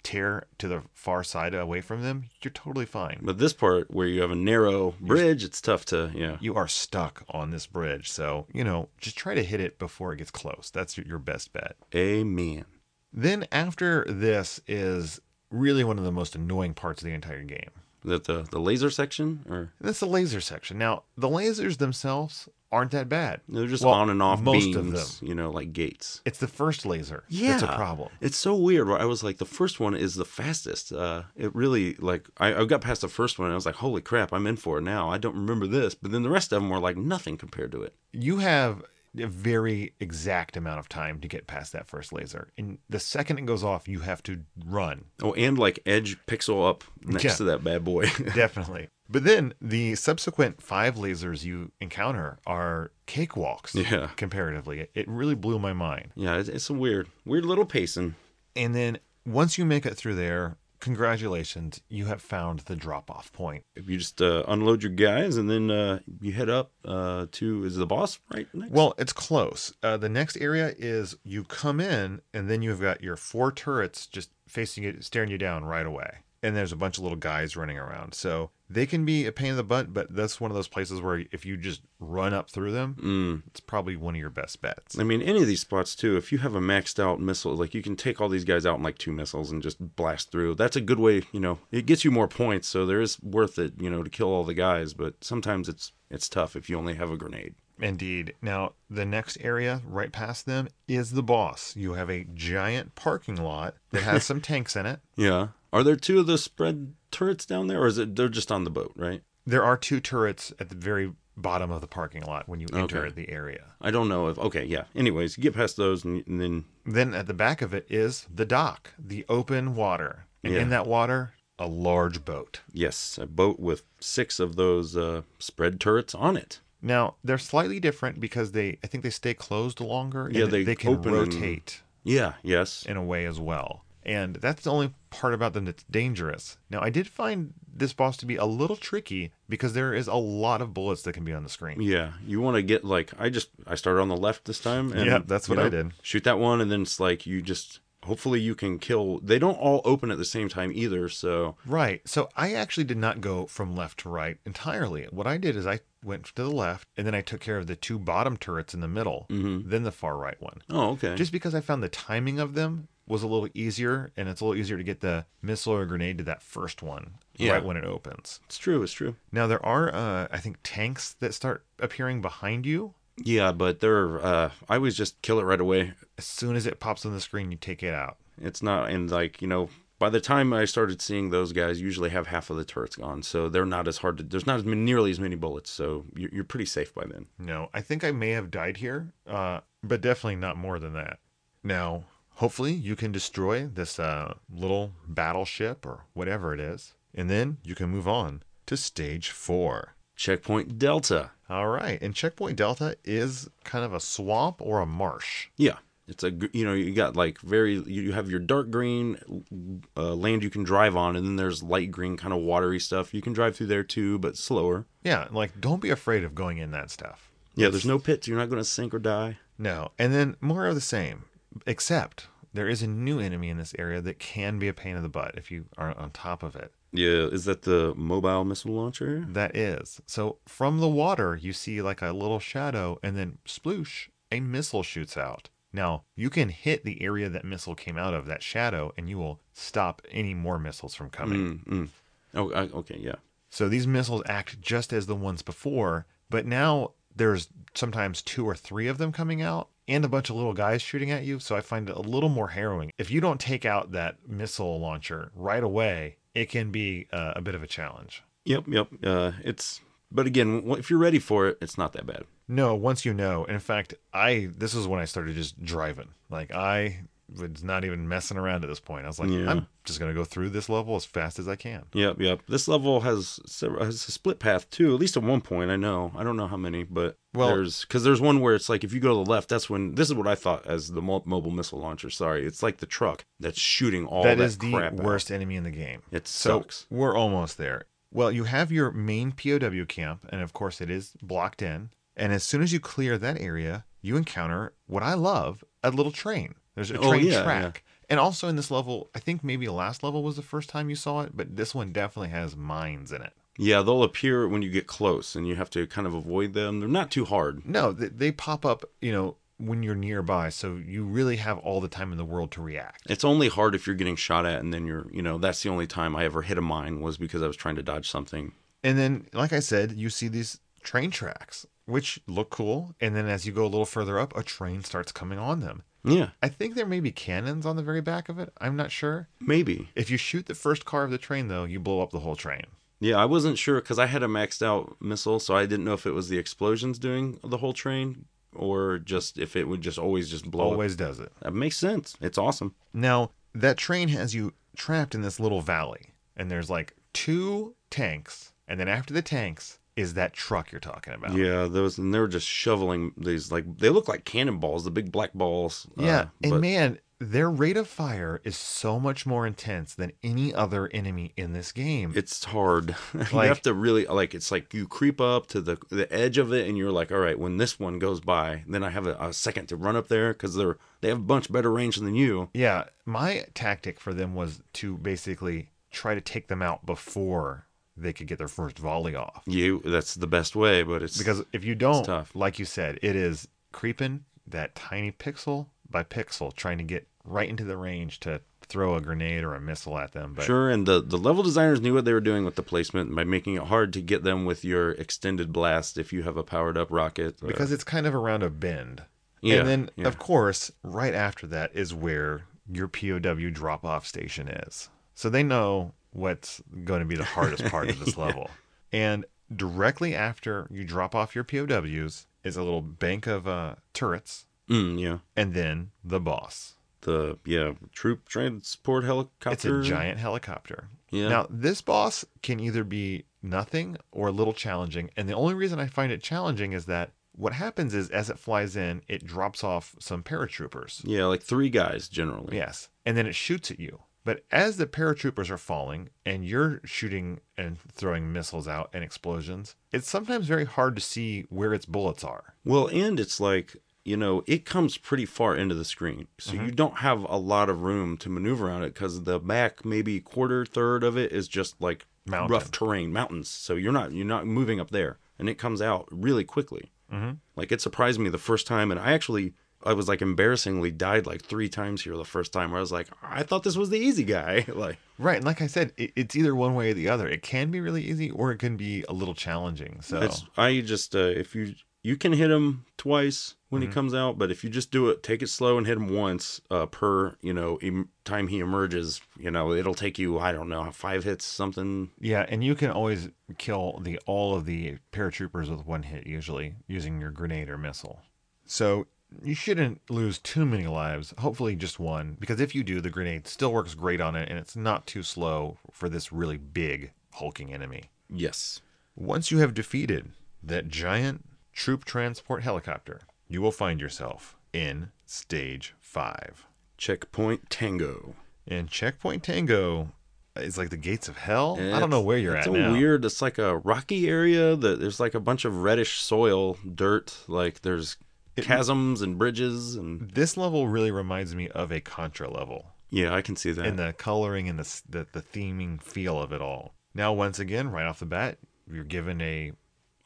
A: tear to the far side away from them, you're totally fine.
B: But this part where you have a narrow bridge, it's tough to yeah.
A: You are stuck on this bridge, so you know just try to hit it before it gets close. That's your- your best bet.
B: Amen.
A: Then after this is really one of the most annoying parts of the entire game.
B: That the the laser section or
A: That's the laser section. Now the lasers themselves aren't that bad.
B: they're just
A: Well,
B: on and off
A: most
B: beams,
A: of
B: you know, like gates.
A: It's the first laser. that's a problem.
B: It's so weird. Where I was like, the first one is the fastest. Uh, it really like I, I got past the first one. and I was like, holy crap, I'm in for it now. I don't remember this, but then the rest of them were like nothing compared to it.
A: you have a very exact amount of time to get past that first laser. And the second it goes off, you have to run.
B: Oh, and like edge pixel up next
A: Yeah.
B: to that bad boy.
A: Definitely. But then the subsequent five lasers you encounter are cakewalks
B: Yeah.
A: comparatively. It really blew my mind.
B: yeah, it's, it's a weird, weird little pacing.
A: And then once you make it through there, congratulations, you have found the drop off point.
B: If you just uh, unload your guys and then uh, you head up uh, to is the boss right next?
A: Well, it's close. Uh, the next area is you come in, and then you've got your four turrets just facing you, staring you down right away. And there's a bunch of little guys running around. So they can be a pain in the butt, but that's one of those places where if you just run up through them,
B: Mm.
A: it's probably one of your best bets.
B: I mean, any of these spots too. If you have a maxed out missile, like you can take all these guys out in like two missiles and just blast through. That's a good way. You know, it gets you more points, so there is worth it. You know, to kill all the guys, but sometimes it's it's tough if you only have a grenade.
A: Indeed. Now, the next area right past them is the boss. You have a giant parking lot that has some tanks in it.
B: Yeah. Are there two of those spread turrets down there, or is it they're just on the boat? Right.
A: There are two turrets at the very bottom of the parking lot when you enter
B: Okay.
A: the area.
B: I don't know if. Okay. Yeah. Anyways, you get past those, and, and then
A: Then at the back of it is the dock, the open water. And
B: Yeah.
A: in that water, a large boat.
B: yes, a boat with six of those uh, spread turrets on it.
A: Now, they're slightly different because they I think they stay closed longer. and
B: Yeah, they
A: they can
B: open and-
A: rotate
B: Yeah. Yes.
A: in a way as well. And that's the only part about them that's dangerous. Now, I did find this boss to be a little tricky because there is a lot of bullets that can be on the screen.
B: Yeah, you want to get like I just I started on the left this time. And,
A: Yeah, that's
B: you
A: what I did.
B: Shoot that one, and then it's like you just hopefully you can kill. They don't all open at the same time either, so
A: Right. So I actually did not go from left to right entirely. What I did is I went to the left and then I took care of the two bottom turrets in the middle, then the far right one.
B: oh Mm-hmm. okay,
A: just because I found the timing of them was a little easier, and it's a little easier to get the missile or grenade to that first one
B: Yeah.
A: right when it opens.
B: it's true, it's true.
A: Now there are, uh, I think, tanks that start appearing behind you.
B: Yeah, but they're uh I always just kill it right away.
A: As soon as it pops on the screen, you take it out.
B: It's not and like you know. By the time I started seeing those guys, usually have half of the turrets gone, so they're not as hard to. There's not as many, nearly as many bullets, so you're, you're pretty safe by then.
A: No, I think I may have died here, uh, but definitely not more than that. Now, hopefully, you can destroy this uh, little battleship or whatever it is, and then you can move on to stage four.
B: Checkpoint Delta.
A: All right, and Checkpoint Delta is kind of a swamp or a marsh.
B: Yeah. It's a gr- you know you got like very you you have your dark green uh, land you can drive on and then there's light green kind of watery stuff you can drive through there too but slower.
A: Yeah, like don't be afraid of going in that stuff.
B: Yeah, there's no pits. You're not going to sink or die.
A: No, and then more of the same, except there is a new enemy in this area that can be a pain in the butt if you aren't on top of it.
B: Yeah, is that the mobile missile launcher?
A: That is. So from the water, you see like a little shadow, and then sploosh, a missile shoots out. Now, you can hit the area that missile came out of, that shadow, and you will stop any more missiles from coming.
B: Mm, mm. Oh, I, okay, yeah.
A: So these missiles act just as the ones before, but now there's sometimes two or three of them coming out and a bunch of little guys shooting at you. So I find it a little more harrowing. If you don't take out that missile launcher right away, it can be uh, a bit of a challenge.
B: Yep, yep. Uh, it's but again, w- if you're ready for it, it's not that bad.
A: No, once you know. In fact, I this is when I started just driving. Like I was not even messing around at this point. I was like,
B: Yeah.
A: I'm just gonna go through this level as fast as I can.
B: Yep, yep. This level has several, has a split path too. At least at one point, I know. I don't know how many, but
A: Well-
B: there's because there's one where it's like if you go to the left, that's when this is what I thought as the mo- mobile missile launcher. Sorry, it's like the truck that's shooting all that,
A: that is the
B: crap out.
A: worst enemy in the game.
B: It
A: So
B: sucks.
A: we're almost there. Well, you have your main POW camp, and of course, it is blocked in. And as soon as you clear that area, you encounter what I love a little train. There's a
B: Oh,
A: train
B: yeah,
A: track. And also in this level, I think maybe last level was the first time you saw it, but this one definitely has mines in it.
B: Yeah, they'll appear when you get close, and you have to kind of avoid them. They're not too hard.
A: No, they, they pop up, you know, when you're nearby, so you really have all the time in the world to react.
B: It's only hard if you're getting shot at, and then you're, you know, that's the only time I ever hit a mine was because I was trying to dodge something.
A: And then, like I said, you see these train tracks, which look cool. And then as you go a little further up, a train starts coming on them.
B: Yeah,
A: I think there may be cannons on the very back of it. I'm not sure.
B: maybe.
A: If you shoot the first car of the train, though, you blow up the whole train.
B: Yeah, I wasn't sure because I had a maxed out missile, so I didn't know if it was the explosions doing the whole train or just if it would just always just blow up.
A: Always does it.
B: That makes sense. It's awesome.
A: Now, that train has you trapped in this little valley, and there's like two tanks, and then after the tanks is that truck you're talking about.
B: Yeah, those and they were just shoveling these like they look like cannonballs, the big black balls. uh,
A: Yeah, and
B: but
A: man, their rate of fire is so much more intense than any other enemy in this game.
B: it's hard. you
A: Like-
B: have to really like it's like you creep up to the the edge of it and you're like, all right, when this one goes by, then I have a, a second to run up there because they're they have a bunch better range than you.
A: yeah, my tactic for them was to basically try to take them out before they could get their first volley off.
B: You that's the best way, but it's
A: Because if you don't,
B: tough.
A: like you said, it is creeping that tiny pixel by pixel, trying to get right into the range to throw a grenade or a missile at them. But
B: Sure, and the, the level designers knew what they were doing with the placement by making it hard to get them with your extended blast if you have a powered up rocket. or-
A: because it's kind of around a bend.
B: yeah,
A: and then,
B: yeah.
A: of course, right after that is where your POW drop off station is. So they know what's going to be the hardest part of this level. And directly after you drop off your POWs is a little bank of uh, turrets
B: Mm, yeah,
A: and then the boss.
B: the yeah troop transport
A: It's
B: helicopter.
A: a giant helicopter.
B: Yeah,
A: Now, this boss can either be nothing or a little challenging. And the only reason I find it challenging is that what happens is as it flies in, it drops off some paratroopers.
B: yeah, like three guys generally.
A: Yes. And then it shoots at you. But as the paratroopers are falling and you're shooting and throwing missiles out and explosions, it's sometimes very hard to see where its bullets are.
B: Well, and it's like you know it comes pretty far into the screen, so you don't have a lot of room to maneuver on it because the back maybe quarter third of it is just like
A: Mountain.
B: rough terrain, mountains. So you're not you're not moving up there, and it comes out really quickly.
A: Mhm.
B: Like it surprised me the first time, and I actually I was like embarrassingly died like three times here the first time where I was like I thought this was the easy guy. like
A: Right. And like I said, it, it's either one way or the other. It can be really easy or it can be a little challenging. So
B: it's I just uh, if you you can hit him twice when
A: Mm-hmm.
B: he comes out, but if you just do it, take it slow and hit him once uh, per you know em- time he emerges. You know it'll take you I don't know five hits something.
A: Yeah, and you can always kill the all of the paratroopers with one hit, usually using your grenade or missile. So you shouldn't lose too many lives. Hopefully, just one, because if you do, the grenade still works great on it, and it's not too slow for this really big hulking enemy.
B: Yes.
A: Once you have defeated that giant troop transport helicopter, you will find yourself in stage five.
B: Checkpoint Tango.
A: And checkpoint Tango is like the gates of hell. I don't know where you're
B: it's
A: at
B: It's a
A: now.
B: weird. It's like a rocky area that there's like a bunch of reddish soil, dirt. Like there's chasms and bridges, and
A: this level really reminds me of a contra level
B: yeah, I can see that.
A: in the coloring and the, s- the the theming feel of it all now once again right off the bat you're given a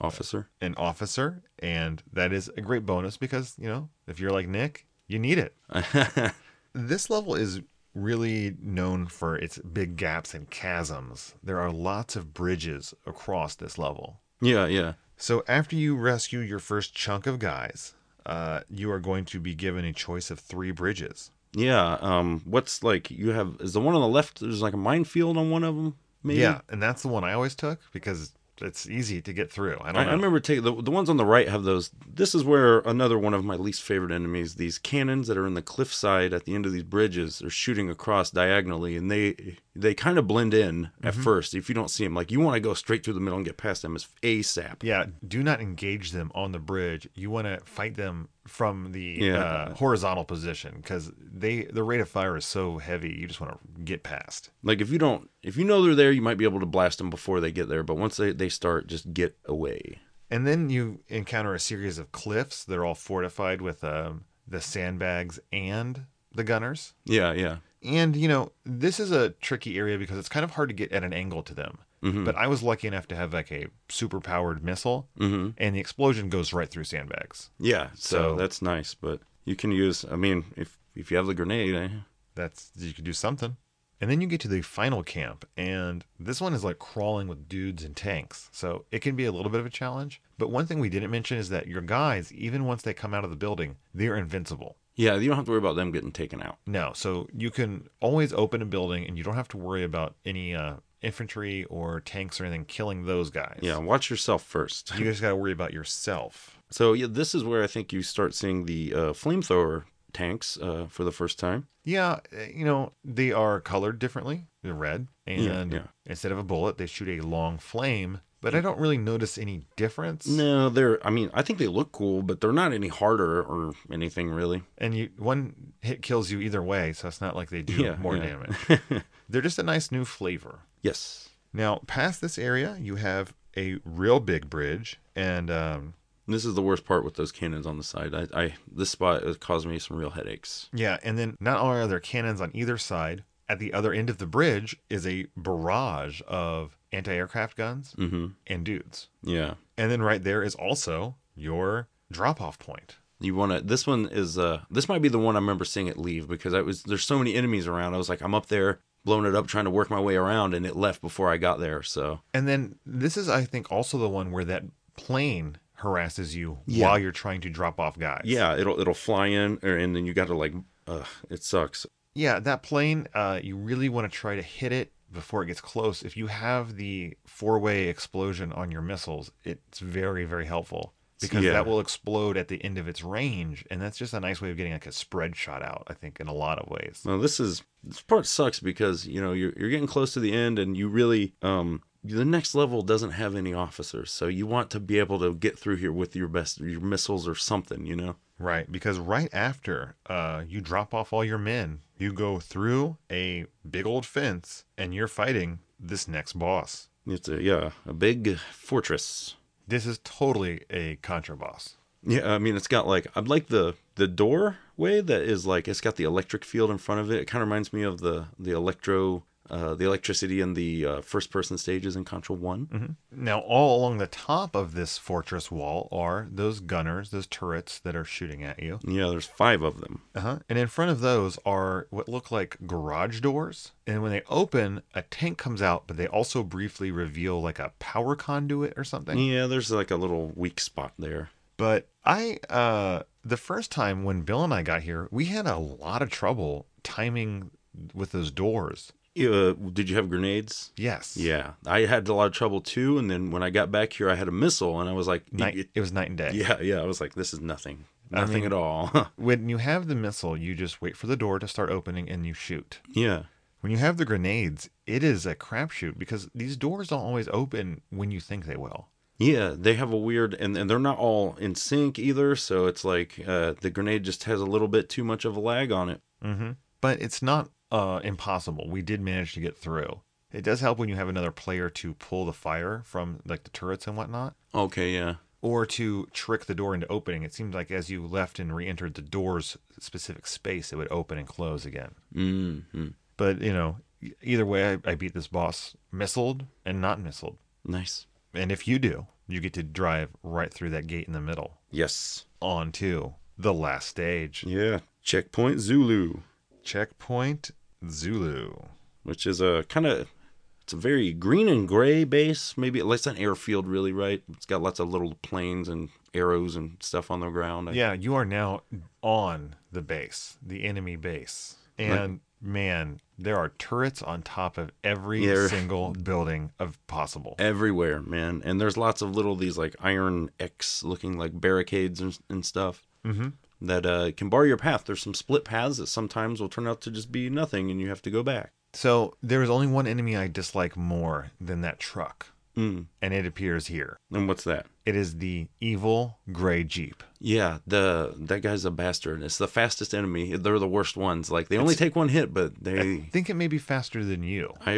B: Officer.
A: an officer and that is a great bonus because you know if you're like nick you need it this level is really known for its big gaps and chasms there are lots of bridges across this level
B: yeah, yeah.
A: so after you rescue your first chunk of guys uh, you are going to be given a choice of three bridges
B: Yeah. Um. What's like you have is the one on the left? There's like a minefield on one of them. Maybe.
A: Yeah, and that's the one I always took because it's easy to get through. I
B: I,
A: don't
B: I
A: know.
B: remember taking the, the ones on the right have those. This is where another one of my least favorite enemies, these cannons that are in the cliffside at the end of these bridges, are shooting across diagonally, and they they kind of blend in at
A: Mm-hmm.
B: first if you don't see them. Like you want to go straight through the middle and get past them as ASAP.
A: yeah, do not engage them on the bridge. You want to fight them from the
B: Yeah.
A: uh, horizontal position because they the rate of fire is so heavy. You just want to get past.
B: Like if you don't, if you know they're there, you might be able to blast them before they get there. But once they they start, just get away.
A: And then you encounter a series of cliffs. They're all fortified with um, the sandbags and the gunners.
B: Yeah, yeah.
A: And, you know, this is a tricky area because it's kind of hard to get at an angle to them.
B: Mm-hmm.
A: But I was lucky enough to have like a super powered missile,
B: Mhm.
A: and the explosion goes right through sandbags.
B: Yeah, so,
A: So-
B: that's nice, but you can use. I mean, if if you have the grenade, eh?
A: That's, you could do something. And then you get to the final camp, and this one is like crawling with dudes and tanks. So it can be a little bit of a challenge. But one thing we didn't mention is that your guys, even once they come out of the building, they're invincible.
B: yeah, you don't have to worry about them getting taken out.
A: No, so you can always open a building, and you don't have to worry about any uh, infantry or tanks or anything killing those guys.
B: Yeah, watch yourself first.
A: you just got to worry about yourself.
B: So yeah, this is where I think you start seeing the uh, flamethrower tanks uh, for the first time.
A: Yeah, eh, you know they are colored differently. They're red, and
B: yeah.
A: instead of a bullet, they shoot a long flame. But I don't really notice any difference.
B: No, they're. I mean, I think they look cool, but they're not any harder or anything really.
A: And you one hit kills you either way, so it's not like they do
B: Yeah,
A: more
B: yeah.
A: damage. They're just a nice new flavor.
B: Yes,
A: Now, past this area, you have a real big bridge, and um,
B: this is the worst part with those cannons on the side. I, I this spot has caused me some real headaches.
A: Yeah, and then not only are there cannons on either side, at the other end of the bridge is a barrage of anti aircraft guns
B: Mm-hmm.
A: and dudes.
B: Yeah,
A: And then right there is also your drop off point.
B: you want to. This one is. Uh, this might be the one I remember seeing it leave because I was. There's so many enemies around. I was like, I'm up there blowing it up, trying to work my way around, and it left before I got there. So
A: And then this is, I think, also the one where that plane harasses you
B: Yeah.
A: while you're trying to drop off guys.
B: yeah, it'll it'll fly in, or, and then you got to like. Uh, it sucks.
A: Yeah, that plane, uh, you really want to try to hit it before it gets close. If you have the four way explosion on your missiles, it's very, very helpful because
B: Yeah.
A: that will explode at the end of its range. And that's just a nice way of getting like a spread shot out, I think, in a lot of ways.
B: Now this is this part sucks because you know you're you're getting close to the end and you really um the next level doesn't have any officers so you want to be able to get through here with your best your missiles or something you know
A: Right. Because right after uh, you drop off all your men, you go through a big old fence and you're fighting this next boss.
B: it's a yeah a big fortress
A: This is totally a contra boss.
B: yeah I mean it's got like I like the the doorway that is like it's got the electric field in front of it it kind of reminds me of the the electro uh, the electricity in the uh, first person stages in Control One
A: Mm-hmm. Now, all along the top of this fortress wall are those gunners, those turrets that are shooting at you.
B: yeah there's five of them
A: Uh-huh. And in front of those are what look like garage doors. And when they open, a tank comes out, but they also briefly reveal like a power conduit or something.
B: yeah there's like a little weak spot there
A: But I, uh, the first time when Bill and I got here, we had a lot of trouble timing with those doors.
B: Uh, did you have grenades?
A: Yes.
B: Yeah, I had a lot of trouble too. And then when I got back here, I had a missile, and I was like,
A: Night,
B: it-
A: it was night and day.
B: yeah, yeah. I was like, this is nothing,
A: I
B: nothing
A: mean-
B: at all.
A: When you have the missile, you just wait for the door to start opening and you shoot.
B: yeah,
A: When you have the grenades, it is a crapshoot because these doors don't always open when you think they will.
B: yeah. They have a weird, and, and they're not all in sync either. So it's like uh, the grenade just has a little bit too much of a lag on it.
A: Mm-hmm. But it's not uh, impossible. We did manage to get through. It does help when you have another player to pull the fire from like the turrets and whatnot,
B: Okay, yeah,
A: or to trick the door into opening. It seemed like as you left and re-entered the door's specific space, it would open and close again.
B: mm-hmm.
A: But you know, e- either way, I, I beat this boss missiled and not missiled.
B: nice.
A: And if you do, you get to drive right through that gate in the middle.
B: Yes,
A: on to the last stage
B: yeah. Checkpoint Zulu,
A: checkpoint zulu
B: which is a kind of. It's a very green and gray base. Maybe it's an airfield, really, right? It's got lots of little planes and arrows and stuff on the ground. I
A: yeah you are now on the base the enemy base and man there are turrets on top of every
B: Yeah.
A: single building of possible
B: everywhere, man. And there's lots of little these like iron X looking like barricades and, and stuff
A: mm-hmm.
B: that uh, can bar your path. There's some split paths that sometimes will turn out to just be nothing, and you have to go back.
A: so there is only one enemy i dislike more than that truck
B: Mm.
A: and it appears here
B: And what's that?
A: it is the evil gray jeep
B: Yeah, the that guy's a bastard. It's the fastest enemy. They're the worst ones. Like they only take one hit, but
A: i
B: they,
A: think it may be faster than you
B: I,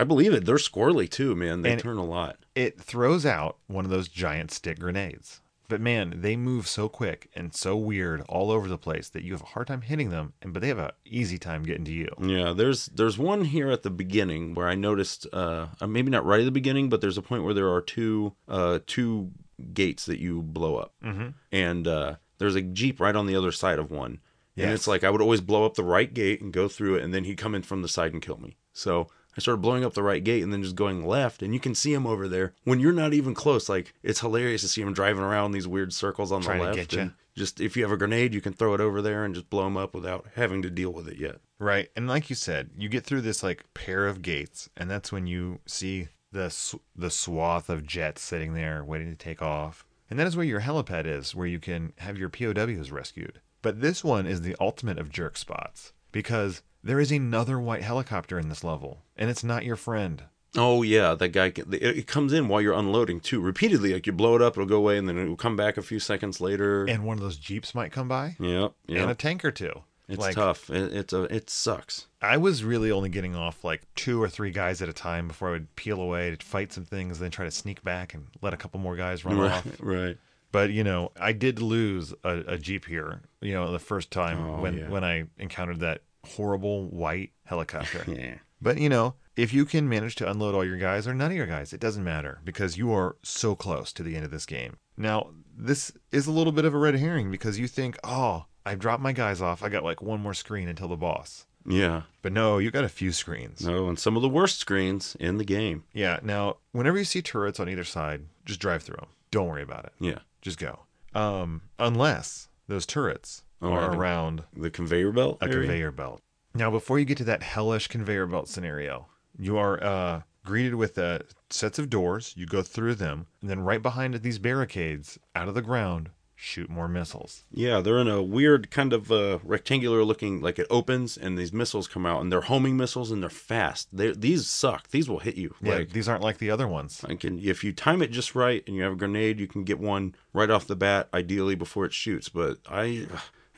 B: I believe it. They're squirrely too, man. They
A: And-
B: turn a lot.
A: it throws out one of those giant stick grenades But man, they move so quick and so weird all over the place that you have a hard time hitting them, and but they have an easy time getting to you.
B: Yeah, there's there's one here at the beginning where I noticed, uh, uh, maybe not right at the beginning, but there's a point where there are two uh, two gates that you blow up, mm-hmm. and uh, there's a jeep right on the other side of one, and
A: Yes.
B: it's like I would always blow up the right gate and go through it, and then he'd come in from the side and kill me. So I started blowing up the right gate and then just going left, and you can see him over there when you're not even close. Like it's hilarious to see him driving around these weird circles on
A: Trying
B: the
A: to
B: left.
A: get ya.
B: and just if you have a grenade, you can throw it over there and just blow him up without having to deal with it yet.
A: Right. And like you said, you get through this like pair of gates, and that's when you see the s the swath of jets sitting there waiting to take off. And that is where your helipad is, where you can have your POWs rescued. But this one is the ultimate of jerk spots because there is another white helicopter in this level, and it's not your friend.
B: Oh yeah, that guy. It, it comes in while you're unloading too, repeatedly. Like you blow it up, it'll go away, and then it will come back a few seconds later.
A: And one of those jeeps might come by,
B: yep,
A: and a
B: yep.
A: tank or two.
B: It's tough. It, it's a. It sucks.
A: I was really only getting off like two or three guys at a time before I would peel away to fight some things, then try to sneak back and let a couple more guys run off.
B: Right, right.
A: But you know, I did lose a, a jeep here. You know, the first time
B: Oh,
A: when
B: yeah.
A: when I encountered that horrible white helicopter.
B: Yeah.
A: But you know, if you can manage to unload all your guys or none of your guys, it doesn't matter because you are so close to the end of this game. Now, this is a little bit of a red herring because you think, oh, I've dropped my guys off. I got like one more screen until the boss.
B: Yeah.
A: But no, you got a few screens.
B: No, and some of the worst screens in the game.
A: Yeah. Now, whenever you see turrets on either side, just drive through them. Don't worry about it.
B: Yeah.
A: Just go. Um, unless those turrets
B: Oh,
A: are
B: right.
A: around
B: The conveyor belt.
A: a
B: area?
A: conveyor belt. Now, before you get to that hellish conveyor belt scenario, you are uh, greeted with uh, sets of doors. You go through them, and then right behind these barricades, out of the ground, shoot more missiles.
B: Yeah, they're in a weird kind of uh, rectangular looking. Like it opens, and these missiles come out, and they're homing missiles, and they're fast. They these suck. These will hit you.
A: Yeah,
B: Like
A: these aren't like the other ones.
B: I can if you time it just right and you have a grenade, you can get one right off the bat, ideally before it shoots. But I,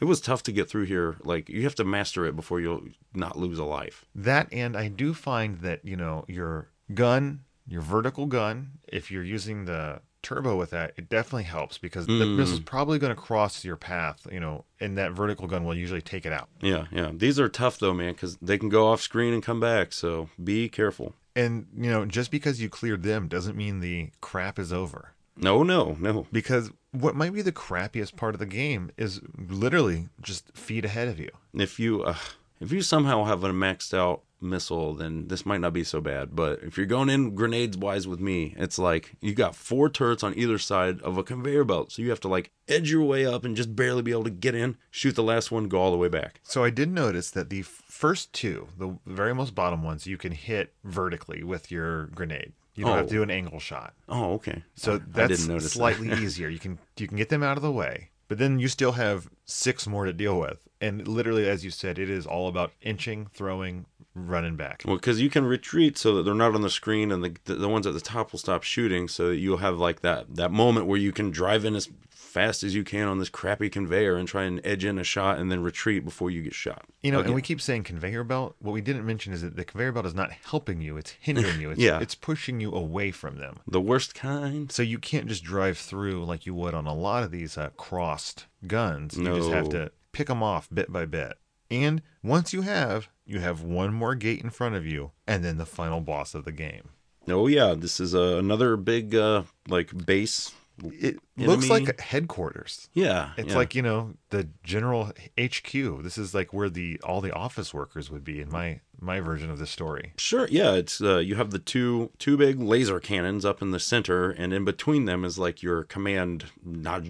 B: it was tough to get through here. Like you have to master it before you'll not lose a life.
A: That and I do find that, you know, your gun, your vertical gun, if you're using the turbo with that, it definitely helps because the
B: Mm.
A: missile's probably going to cross your path, you know, and that vertical gun will usually take it out.
B: Yeah, yeah. These are tough though, man, because they can go off screen and come back. So be careful.
A: And, you know, just because you cleared them doesn't mean the crap is over.
B: No, no, no.
A: Because what might be the crappiest part of the game is literally just feet ahead of you.
B: If you uh, if you somehow have a maxed out missile, then this might not be so bad. But if you're going in grenades wise with me, it's like you got four turrets on either side of a conveyor belt, so you have to like edge your way up and just barely be able to get in, shoot the last one, go all the way back.
A: So I did notice that the first two, the very most bottom ones, you can hit vertically with your grenade. You don't have to
B: Oh.
A: do an angle shot.
B: Oh, okay.
A: So
B: I- I
A: that's
B: didn't notice that.
A: slightly easier. You can you can get them out of the way, but then you still have six more to deal with. And literally, as you said, it is all about inching, throwing, running back.
B: Well, because you can retreat so that they're not on the screen, and the, the the ones at the top will stop shooting, so that you'll have like that that moment where you can drive in as fast as you can on this crappy conveyor and try and edge in a shot, and then retreat before you get shot.
A: You know, and
B: Again.
A: we keep saying conveyor belt. What we didn't mention is that the conveyor belt is not helping you; it's hindering you. It's,
B: Yeah.
A: it's pushing you away from them.
B: The worst kind.
A: So you can't just drive through like you would on a lot of these uh, crossed guns. You just have
B: No.
A: to pick them off bit by bit. And once you have, you have one more gate in front of you, and then the final boss of the game.
B: Oh yeah, this is uh, another big uh, like base.
A: It looks
B: Enemy-
A: like headquarters.
B: Yeah,
A: It's
B: yeah.
A: like you know the general HQ. This is like where the all the office workers would be in my my version of the story.
B: sure, yeah. It's uh, you have the two two big laser cannons up in the center, and in between them is like your command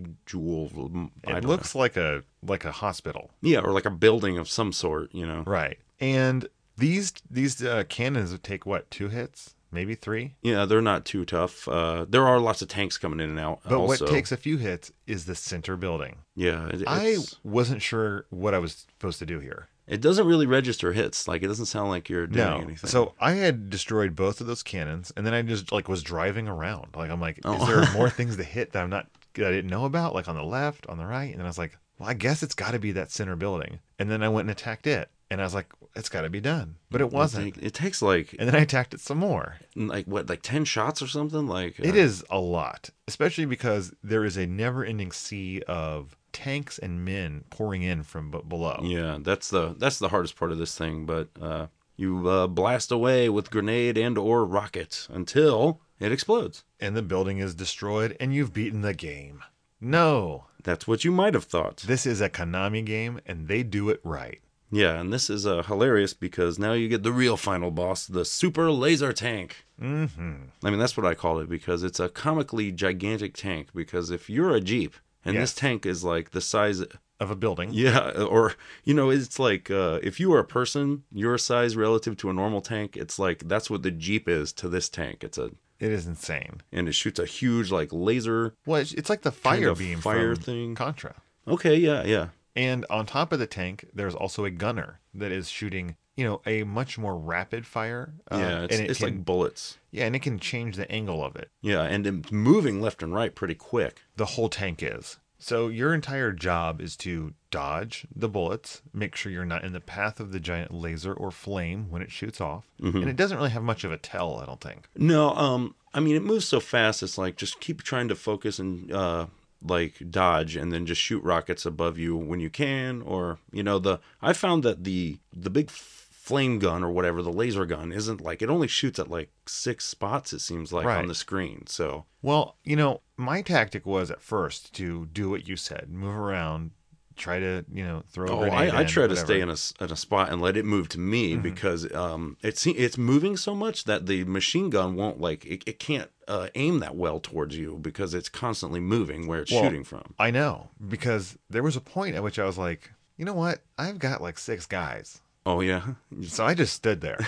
B: nodule. I
A: It
B: don't
A: looks like a like a hospital,
B: know. yeah, or like a building of some sort. You know,
A: right? And these these uh, cannons would take what two hits, maybe three.
B: yeah, they're not too tough. Uh, there are lots of tanks coming in and out.
A: But
B: also.
A: what takes a few hits is the center building.
B: Yeah, it,
A: I
B: it's-
A: wasn't sure what I was supposed to do here.
B: it doesn't really register hits. Like it doesn't sound like you're doing
A: No,
B: anything.
A: so I had destroyed both of those cannons, and then I just like was driving
B: Oh.
A: around. Like I'm like, is there more things to hit that I'm not that I didn't know about? Like on the left, on the right, and then I was like, well, I guess it's got to be that center building. And then I went and attacked it, and I was like, it's got to be done, but it wasn't.
B: It, take- it takes like
A: And then I attacked it some more.
B: like what like ten shots or something. Like
A: It
B: uh,
A: is a lot, especially because there is a never-ending sea of tanks and men pouring in from b- below.
B: Yeah, that's the that's the hardest part of this thing. But uh, you uh, blast away with grenade and or rocket until it explodes.
A: And the building is destroyed, and you've beaten the game. No,
B: That's what you might have thought.
A: this is a Konami game, and they do it right.
B: Yeah, and this is uh, hilarious because now you get the real final boss, the super laser tank.
A: Mm-hmm.
B: I mean, that's what I call it because it's a comically gigantic tank. Because if you're a jeep and
A: Yes.
B: this tank is like the size,
A: Of a building.
B: yeah, or you know, it's like uh, if you are a person your size relative to a normal tank, it's like that's what the jeep is to this tank. It's a
A: It is insane.
B: and it shoots a huge like laser.
A: Well, it's, it's like the fire
B: Kind of
A: beam
B: fire
A: from
B: thing.
A: Contra.
B: Okay, yeah, yeah.
A: And on top of the tank, there's also a gunner that is shooting, you know, a much more rapid fire. uh,
B: yeah, it's,
A: and it
B: it's
A: can,
B: like bullets.
A: yeah, and it can change the angle of it.
B: Yeah, and it's moving left and right pretty quick.
A: The whole tank is. So your entire job is to dodge the bullets, make sure you're not in the path of the giant laser or flame when it shoots off,
B: Mm-hmm.
A: and it doesn't really have much of a tell, I don't think.
B: No, um, I mean it moves so fast. It's like just keep trying to focus and uh, like dodge, and then just shoot rockets above you when you can, or you know the. I found that the the big f- flame gun or whatever the laser gun isn't like it only shoots at like six spots. It seems like
A: Right.
B: on the screen. So
A: Well, you know, my tactic was at first to do what you said, move around, try to, you know, throw. a
B: Oh,
A: grenade
B: I, I
A: in,
B: try to
A: whatever. Mm-hmm.
B: stay in a, s- in a spot and let it move to me because um, it's it's moving so much that the machine gun won't like it, it can't uh, aim that well towards you because it's constantly moving where it's
A: Well,
B: shooting from.
A: I know because there was a point at which I was like, you know what? I've got like six guys.
B: Oh yeah,
A: So I just stood there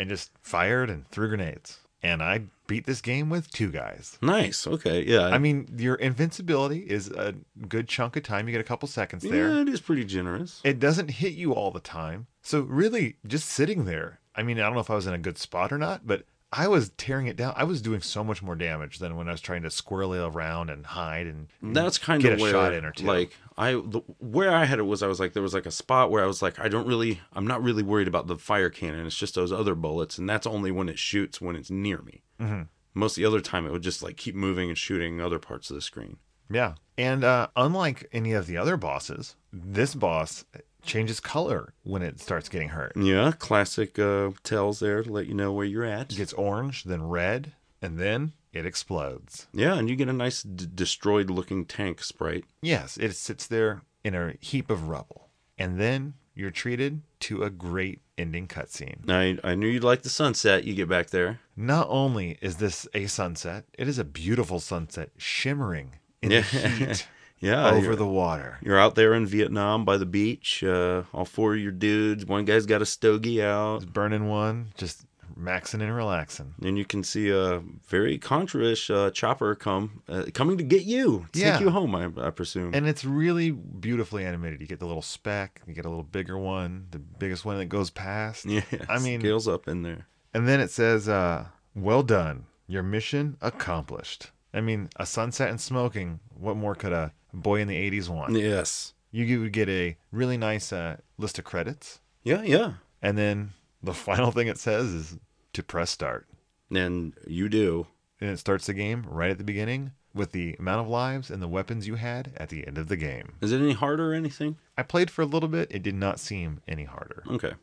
A: and just fired and threw grenades. And I beat this game with two guys.
B: nice. Okay, yeah.
A: I mean, your invincibility is a good chunk of time. You get a couple seconds there.
B: yeah, it is pretty generous.
A: It doesn't hit you all the time. So, really, just sitting there, I mean, I don't know if I was in a good spot or not, but I was tearing it down. I was doing so much more damage than when I was trying to squirrel it around and hide and
B: That's kind
A: get
B: of
A: a
B: where,
A: shot in or two.
B: like, I the, where I had it was I was like there was like a spot where I was like I don't really I'm not really worried about the fire cannon. It's just those other bullets, and that's only when it shoots when it's near me.
A: Mhm.
B: Most of the other time, it would just like keep moving and shooting other parts of the screen.
A: Yeah. And uh, unlike any of the other bosses, this boss changes color when it starts getting hurt.
B: Yeah, classic uh, tells there to let you know where you're at.
A: It gets orange, then red, and then it explodes.
B: Yeah, and you get a nice d- destroyed looking tank sprite.
A: Yes, it sits there in a heap of rubble. And then you're treated to a great ending cutscene.
B: I, I knew you'd like the sunset. You get back there.
A: Not only is this a sunset, it is a beautiful sunset shimmering in
B: Yeah.
A: the heat
B: Yeah,
A: over
B: you're-
A: the water.
B: You're out there in Vietnam by the beach. Uh, all four of your dudes. One guy's got a stogie out.
A: Burning one, just maxing and relaxing.
B: And you can see a very contraish uh, chopper come uh, coming to get you, take
A: Yeah.
B: you home. I, I presume.
A: And it's really beautifully animated. You get the little speck, you get a little bigger one, the biggest one that goes past.
B: yeah,
A: I mean-
B: scales up in there.
A: And then it says, uh, well done, your mission accomplished. I mean, a sunset and smoking, what more could a boy in the 80s want?
B: Yes.
A: You g- would get a really nice uh, list of credits.
B: Yeah, yeah.
A: And then the final thing it says is to press start.
B: And you do.
A: And it starts the game right at the beginning with the amount of lives and the weapons you had at the end of the game.
B: Is it any harder or anything?
A: I played for a little bit, it did not seem any harder.
B: Okay.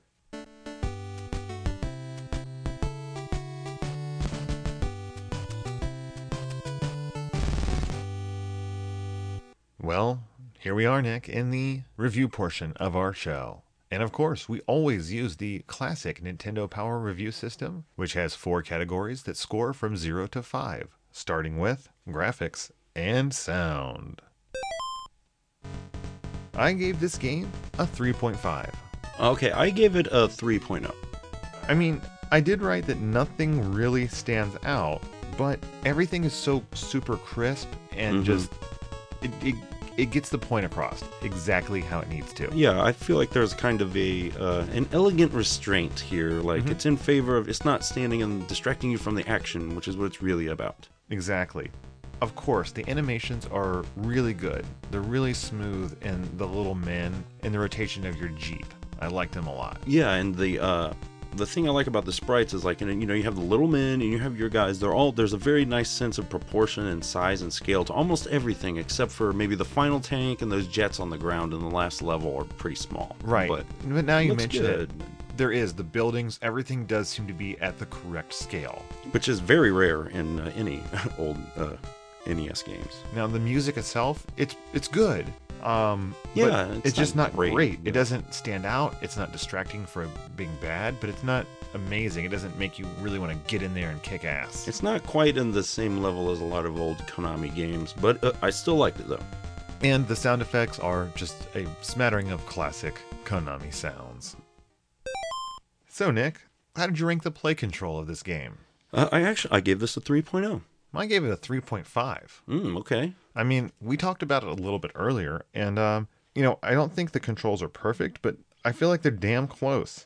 A: Well, here we are, Nick, in the review portion of our show. And of course, we always use the classic Nintendo Power Review System, which has four categories that score from 0 to 5, starting with graphics and sound. I gave this game a 3.5.
B: Okay, I gave it a oh. 3.0.
A: I mean, I did write that nothing really stands out, but everything is so super crisp and
B: Mhm.
A: just it, it it gets the point across exactly how it needs to.
B: Yeah, I feel like there's kind of a uh, an elegant restraint here. Like
A: Mm-hmm.
B: it's in favor of it's not standing and distracting you from the action, which is what it's really about.
A: Exactly. of course, the animations are really good. They're really smooth, and the little men and the rotation of your Jeep. I like them a lot.
B: Yeah, and the uh, the thing I like about the sprites is like you know you know, you have the little men and you have your guys. They're all there's a very nice sense of proportion and size and scale to almost everything except for maybe the final tank and those jets on the ground in the last level are pretty small.
A: Right.
B: but
A: But, now you
B: looks
A: mention
B: good,
A: it. There is the buildings, everything does seem to be at the correct scale.
B: which is very rare in uh, any old uh, NES games.
A: Now the music itself, it's it's good. Um but
B: Yeah,
A: it's,
B: it's
A: just
B: not
A: not great.
B: great,
A: It
B: yeah.
A: doesn't stand out. It's not distracting for being bad, but it's not amazing. It doesn't make you really want to get in there and kick ass.
B: It's not quite in the same level as a lot of old Konami games, but uh, I still liked it though.
A: and the sound effects are just a smattering of classic Konami sounds. So Nick, how did you rank the play control of this game?
B: Uh, I actually I gave this a 3.0.
A: I gave it a 3.5.
B: Mm, okay.
A: I mean, we talked about it a little bit earlier, and um, you know, I don't think the controls are perfect, but I feel like they're damn close.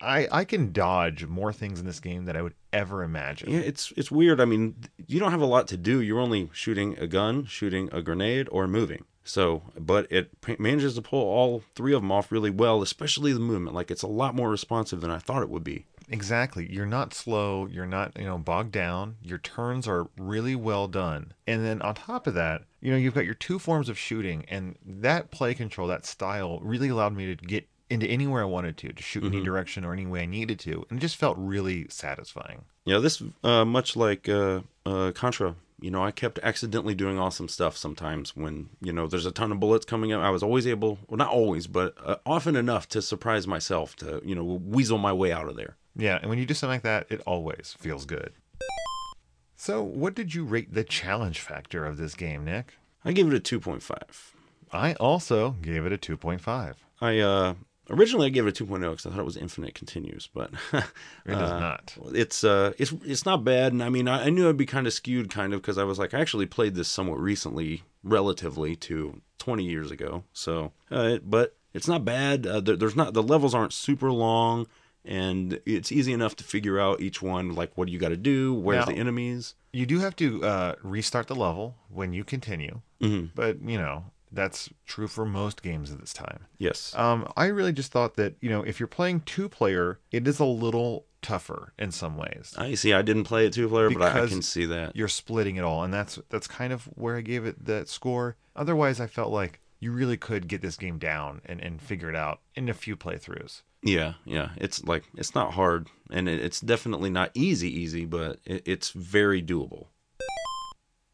A: I I can dodge more things in this game than I would ever imagine.
B: Yeah, it's it's weird. I mean, th- you don't have a lot to do. You're only shooting a gun, shooting a grenade, or moving. So, but it p- manages to pull all three of them off really well, especially the movement. Like it's a lot more responsive than I thought it would be.
A: Exactly. You're not slow. You're not you know bogged down. Your turns are really well done. And then on top of that, you know, you've got your two forms of shooting, and that play control, that style, really allowed me to get into anywhere I wanted to, to shoot any direction or any way I needed to, and it just felt really satisfying.
B: Yeah, this uh, much like uh, uh, Contra. You know, I kept accidentally doing awesome stuff sometimes when you know there's a ton of bullets coming up. I was always able, well, not always, but uh, often enough to surprise myself to you know weasel my way out of there.
A: Yeah, and when you do something like that, it always feels good. So, what did you rate the challenge factor of this game, Nick?
B: I give it a two point five.
A: I also gave it a 2.5.
B: I uh originally I gave it a 2.0 because I thought it was infinite continues, but
A: It does
B: uh,
A: not.
B: It's uh it's it's not bad, and I mean I, I knew I'd be kind of skewed, kind of because I was like I actually played this somewhat recently, relatively to 20 years ago. So, uh, it, but it's not bad. Uh, there, there's not the levels aren't super long. And it's easy enough to figure out each one, like what do you got to do, where's
A: Now-
B: the enemies.
A: You do have to uh, restart the level when you continue,
B: hmm
A: but you know, that's true for most games at this time.
B: Yes,
A: Um, I really just thought that, you know, if you're playing two player, it is a little tougher in some ways.
B: I see. I didn't play it two player, but I, I
A: Because
B: can see that.
A: you're splitting it all and that's that's kind of where i gave it that score otherwise i felt like you really could get this game down and, and figure it out in a few playthroughs
B: Yeah, yeah. It's like it's not hard, and it, it's definitely not easy, easy, but it, it's very doable.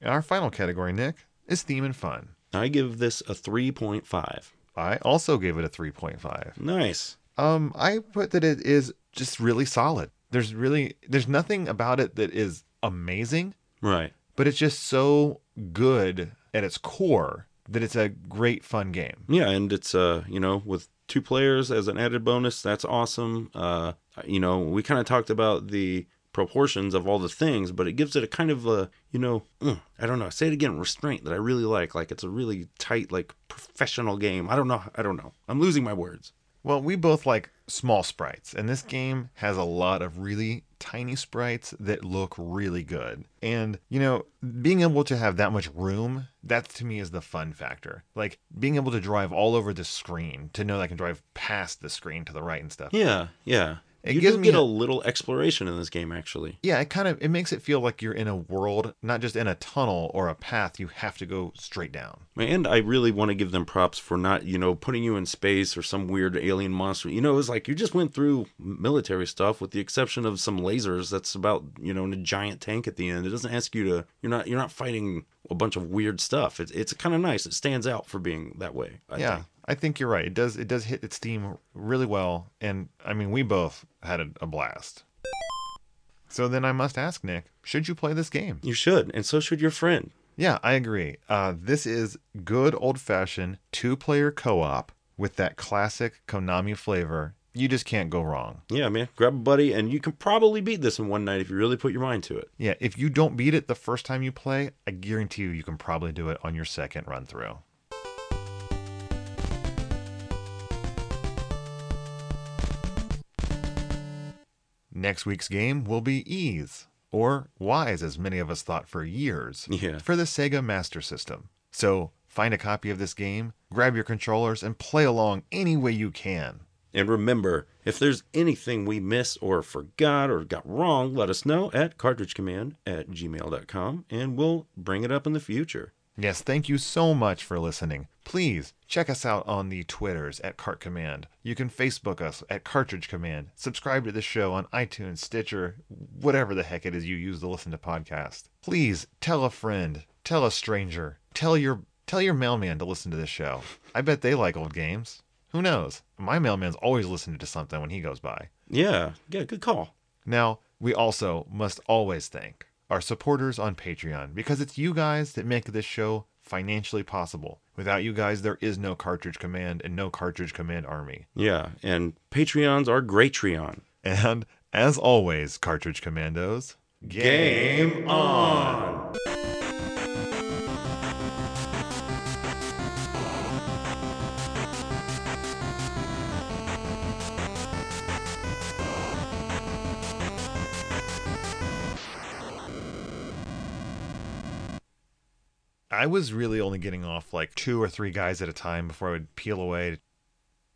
A: our final category nick is theme and fun
B: I give this a three point five.
A: i also gave it a 3.5
B: Nice.
A: um i put that it is just really solid there's really there's nothing about it that is amazing
B: Right.
A: but it's just so good at its core that it's a great fun game
B: Yeah, and it's uh, you know, with two players as an added bonus, that's awesome. Uh, you know, we kind of talked about the proportions of all the things, but it gives it a kind of a, you know, mm, I don't know, say it again, restraint that I really like. Like it's a really tight, like professional game. I don't know. I don't know. I'm losing my words.
A: Well, we both like small sprites, and this game has a lot of really tiny sprites that look really good. And, you know, being able to have that much room, that to me is the fun factor. Like being able to drive all over the screen, to know that I can drive past the screen to the right and stuff.
B: Yeah, yeah.
A: It
B: you
A: gives
B: do
A: me
B: get
A: a-
B: a little exploration in this game, actually.
A: Yeah, it kind of it makes it feel like you're in a world, not just in a tunnel or a path you have to go straight down.
B: And I really want to give them props for not, you know, putting you in space or some weird alien monster. You know, it was like you just went through military stuff, with the exception of some lasers. That's about, you know, in a giant tank at the end. It doesn't ask you to. You're not. You're not fighting a bunch of weird stuff. It's it's kind of nice. It stands out for being that way. I
A: yeah,
B: think.
A: I think you're right. It does it does hit its theme really well, and I mean we both had a, a blast. So then I must ask Nick, should you play this game?
B: You should, and so should your friend.
A: Yeah, I agree. Uh, this is good old fashioned two player co op with that classic Konami flavor. You just can't go wrong.
B: Yeah, man. Grab a buddy, and you can probably beat this in one night if you really put your mind to it.
A: Yeah, if you don't beat it the first time you play, I guarantee you you can probably do it on your second run through. Next week's game will be Ease, or Wise, as many of us thought for years,
B: Yeah.
A: for the Sega Master System. So find a copy of this game, grab your controllers, and play along any way you can.
B: And remember, if there's anything we miss or forgot or got wrong, let us know at cartridgecommand at gmail.com and we'll bring it up in the future.
A: Yes, thank you so much for listening. Please check us out on the Twitters at Cart Command. You can Facebook us at Cartridge Command. Subscribe to the show on iTunes, Stitcher, whatever the heck it is you use to listen to podcasts. Please tell a friend, tell a stranger, tell your tell your mailman to listen to this show. I bet they like old games. Who knows? My mailman's always listening to something when he goes by.
B: Yeah, yeah, good call.
A: Now, we also must always thank our supporters on Patreon because it's you guys that make this show financially possible. Without you guys, there is no Cartridge Command and no Cartridge Command Army.
B: Yeah, and Patreons are great Treon.
A: And as always, Cartridge Commandos,
B: Game on!
A: I was really only getting off like two or three guys at a time before I would peel away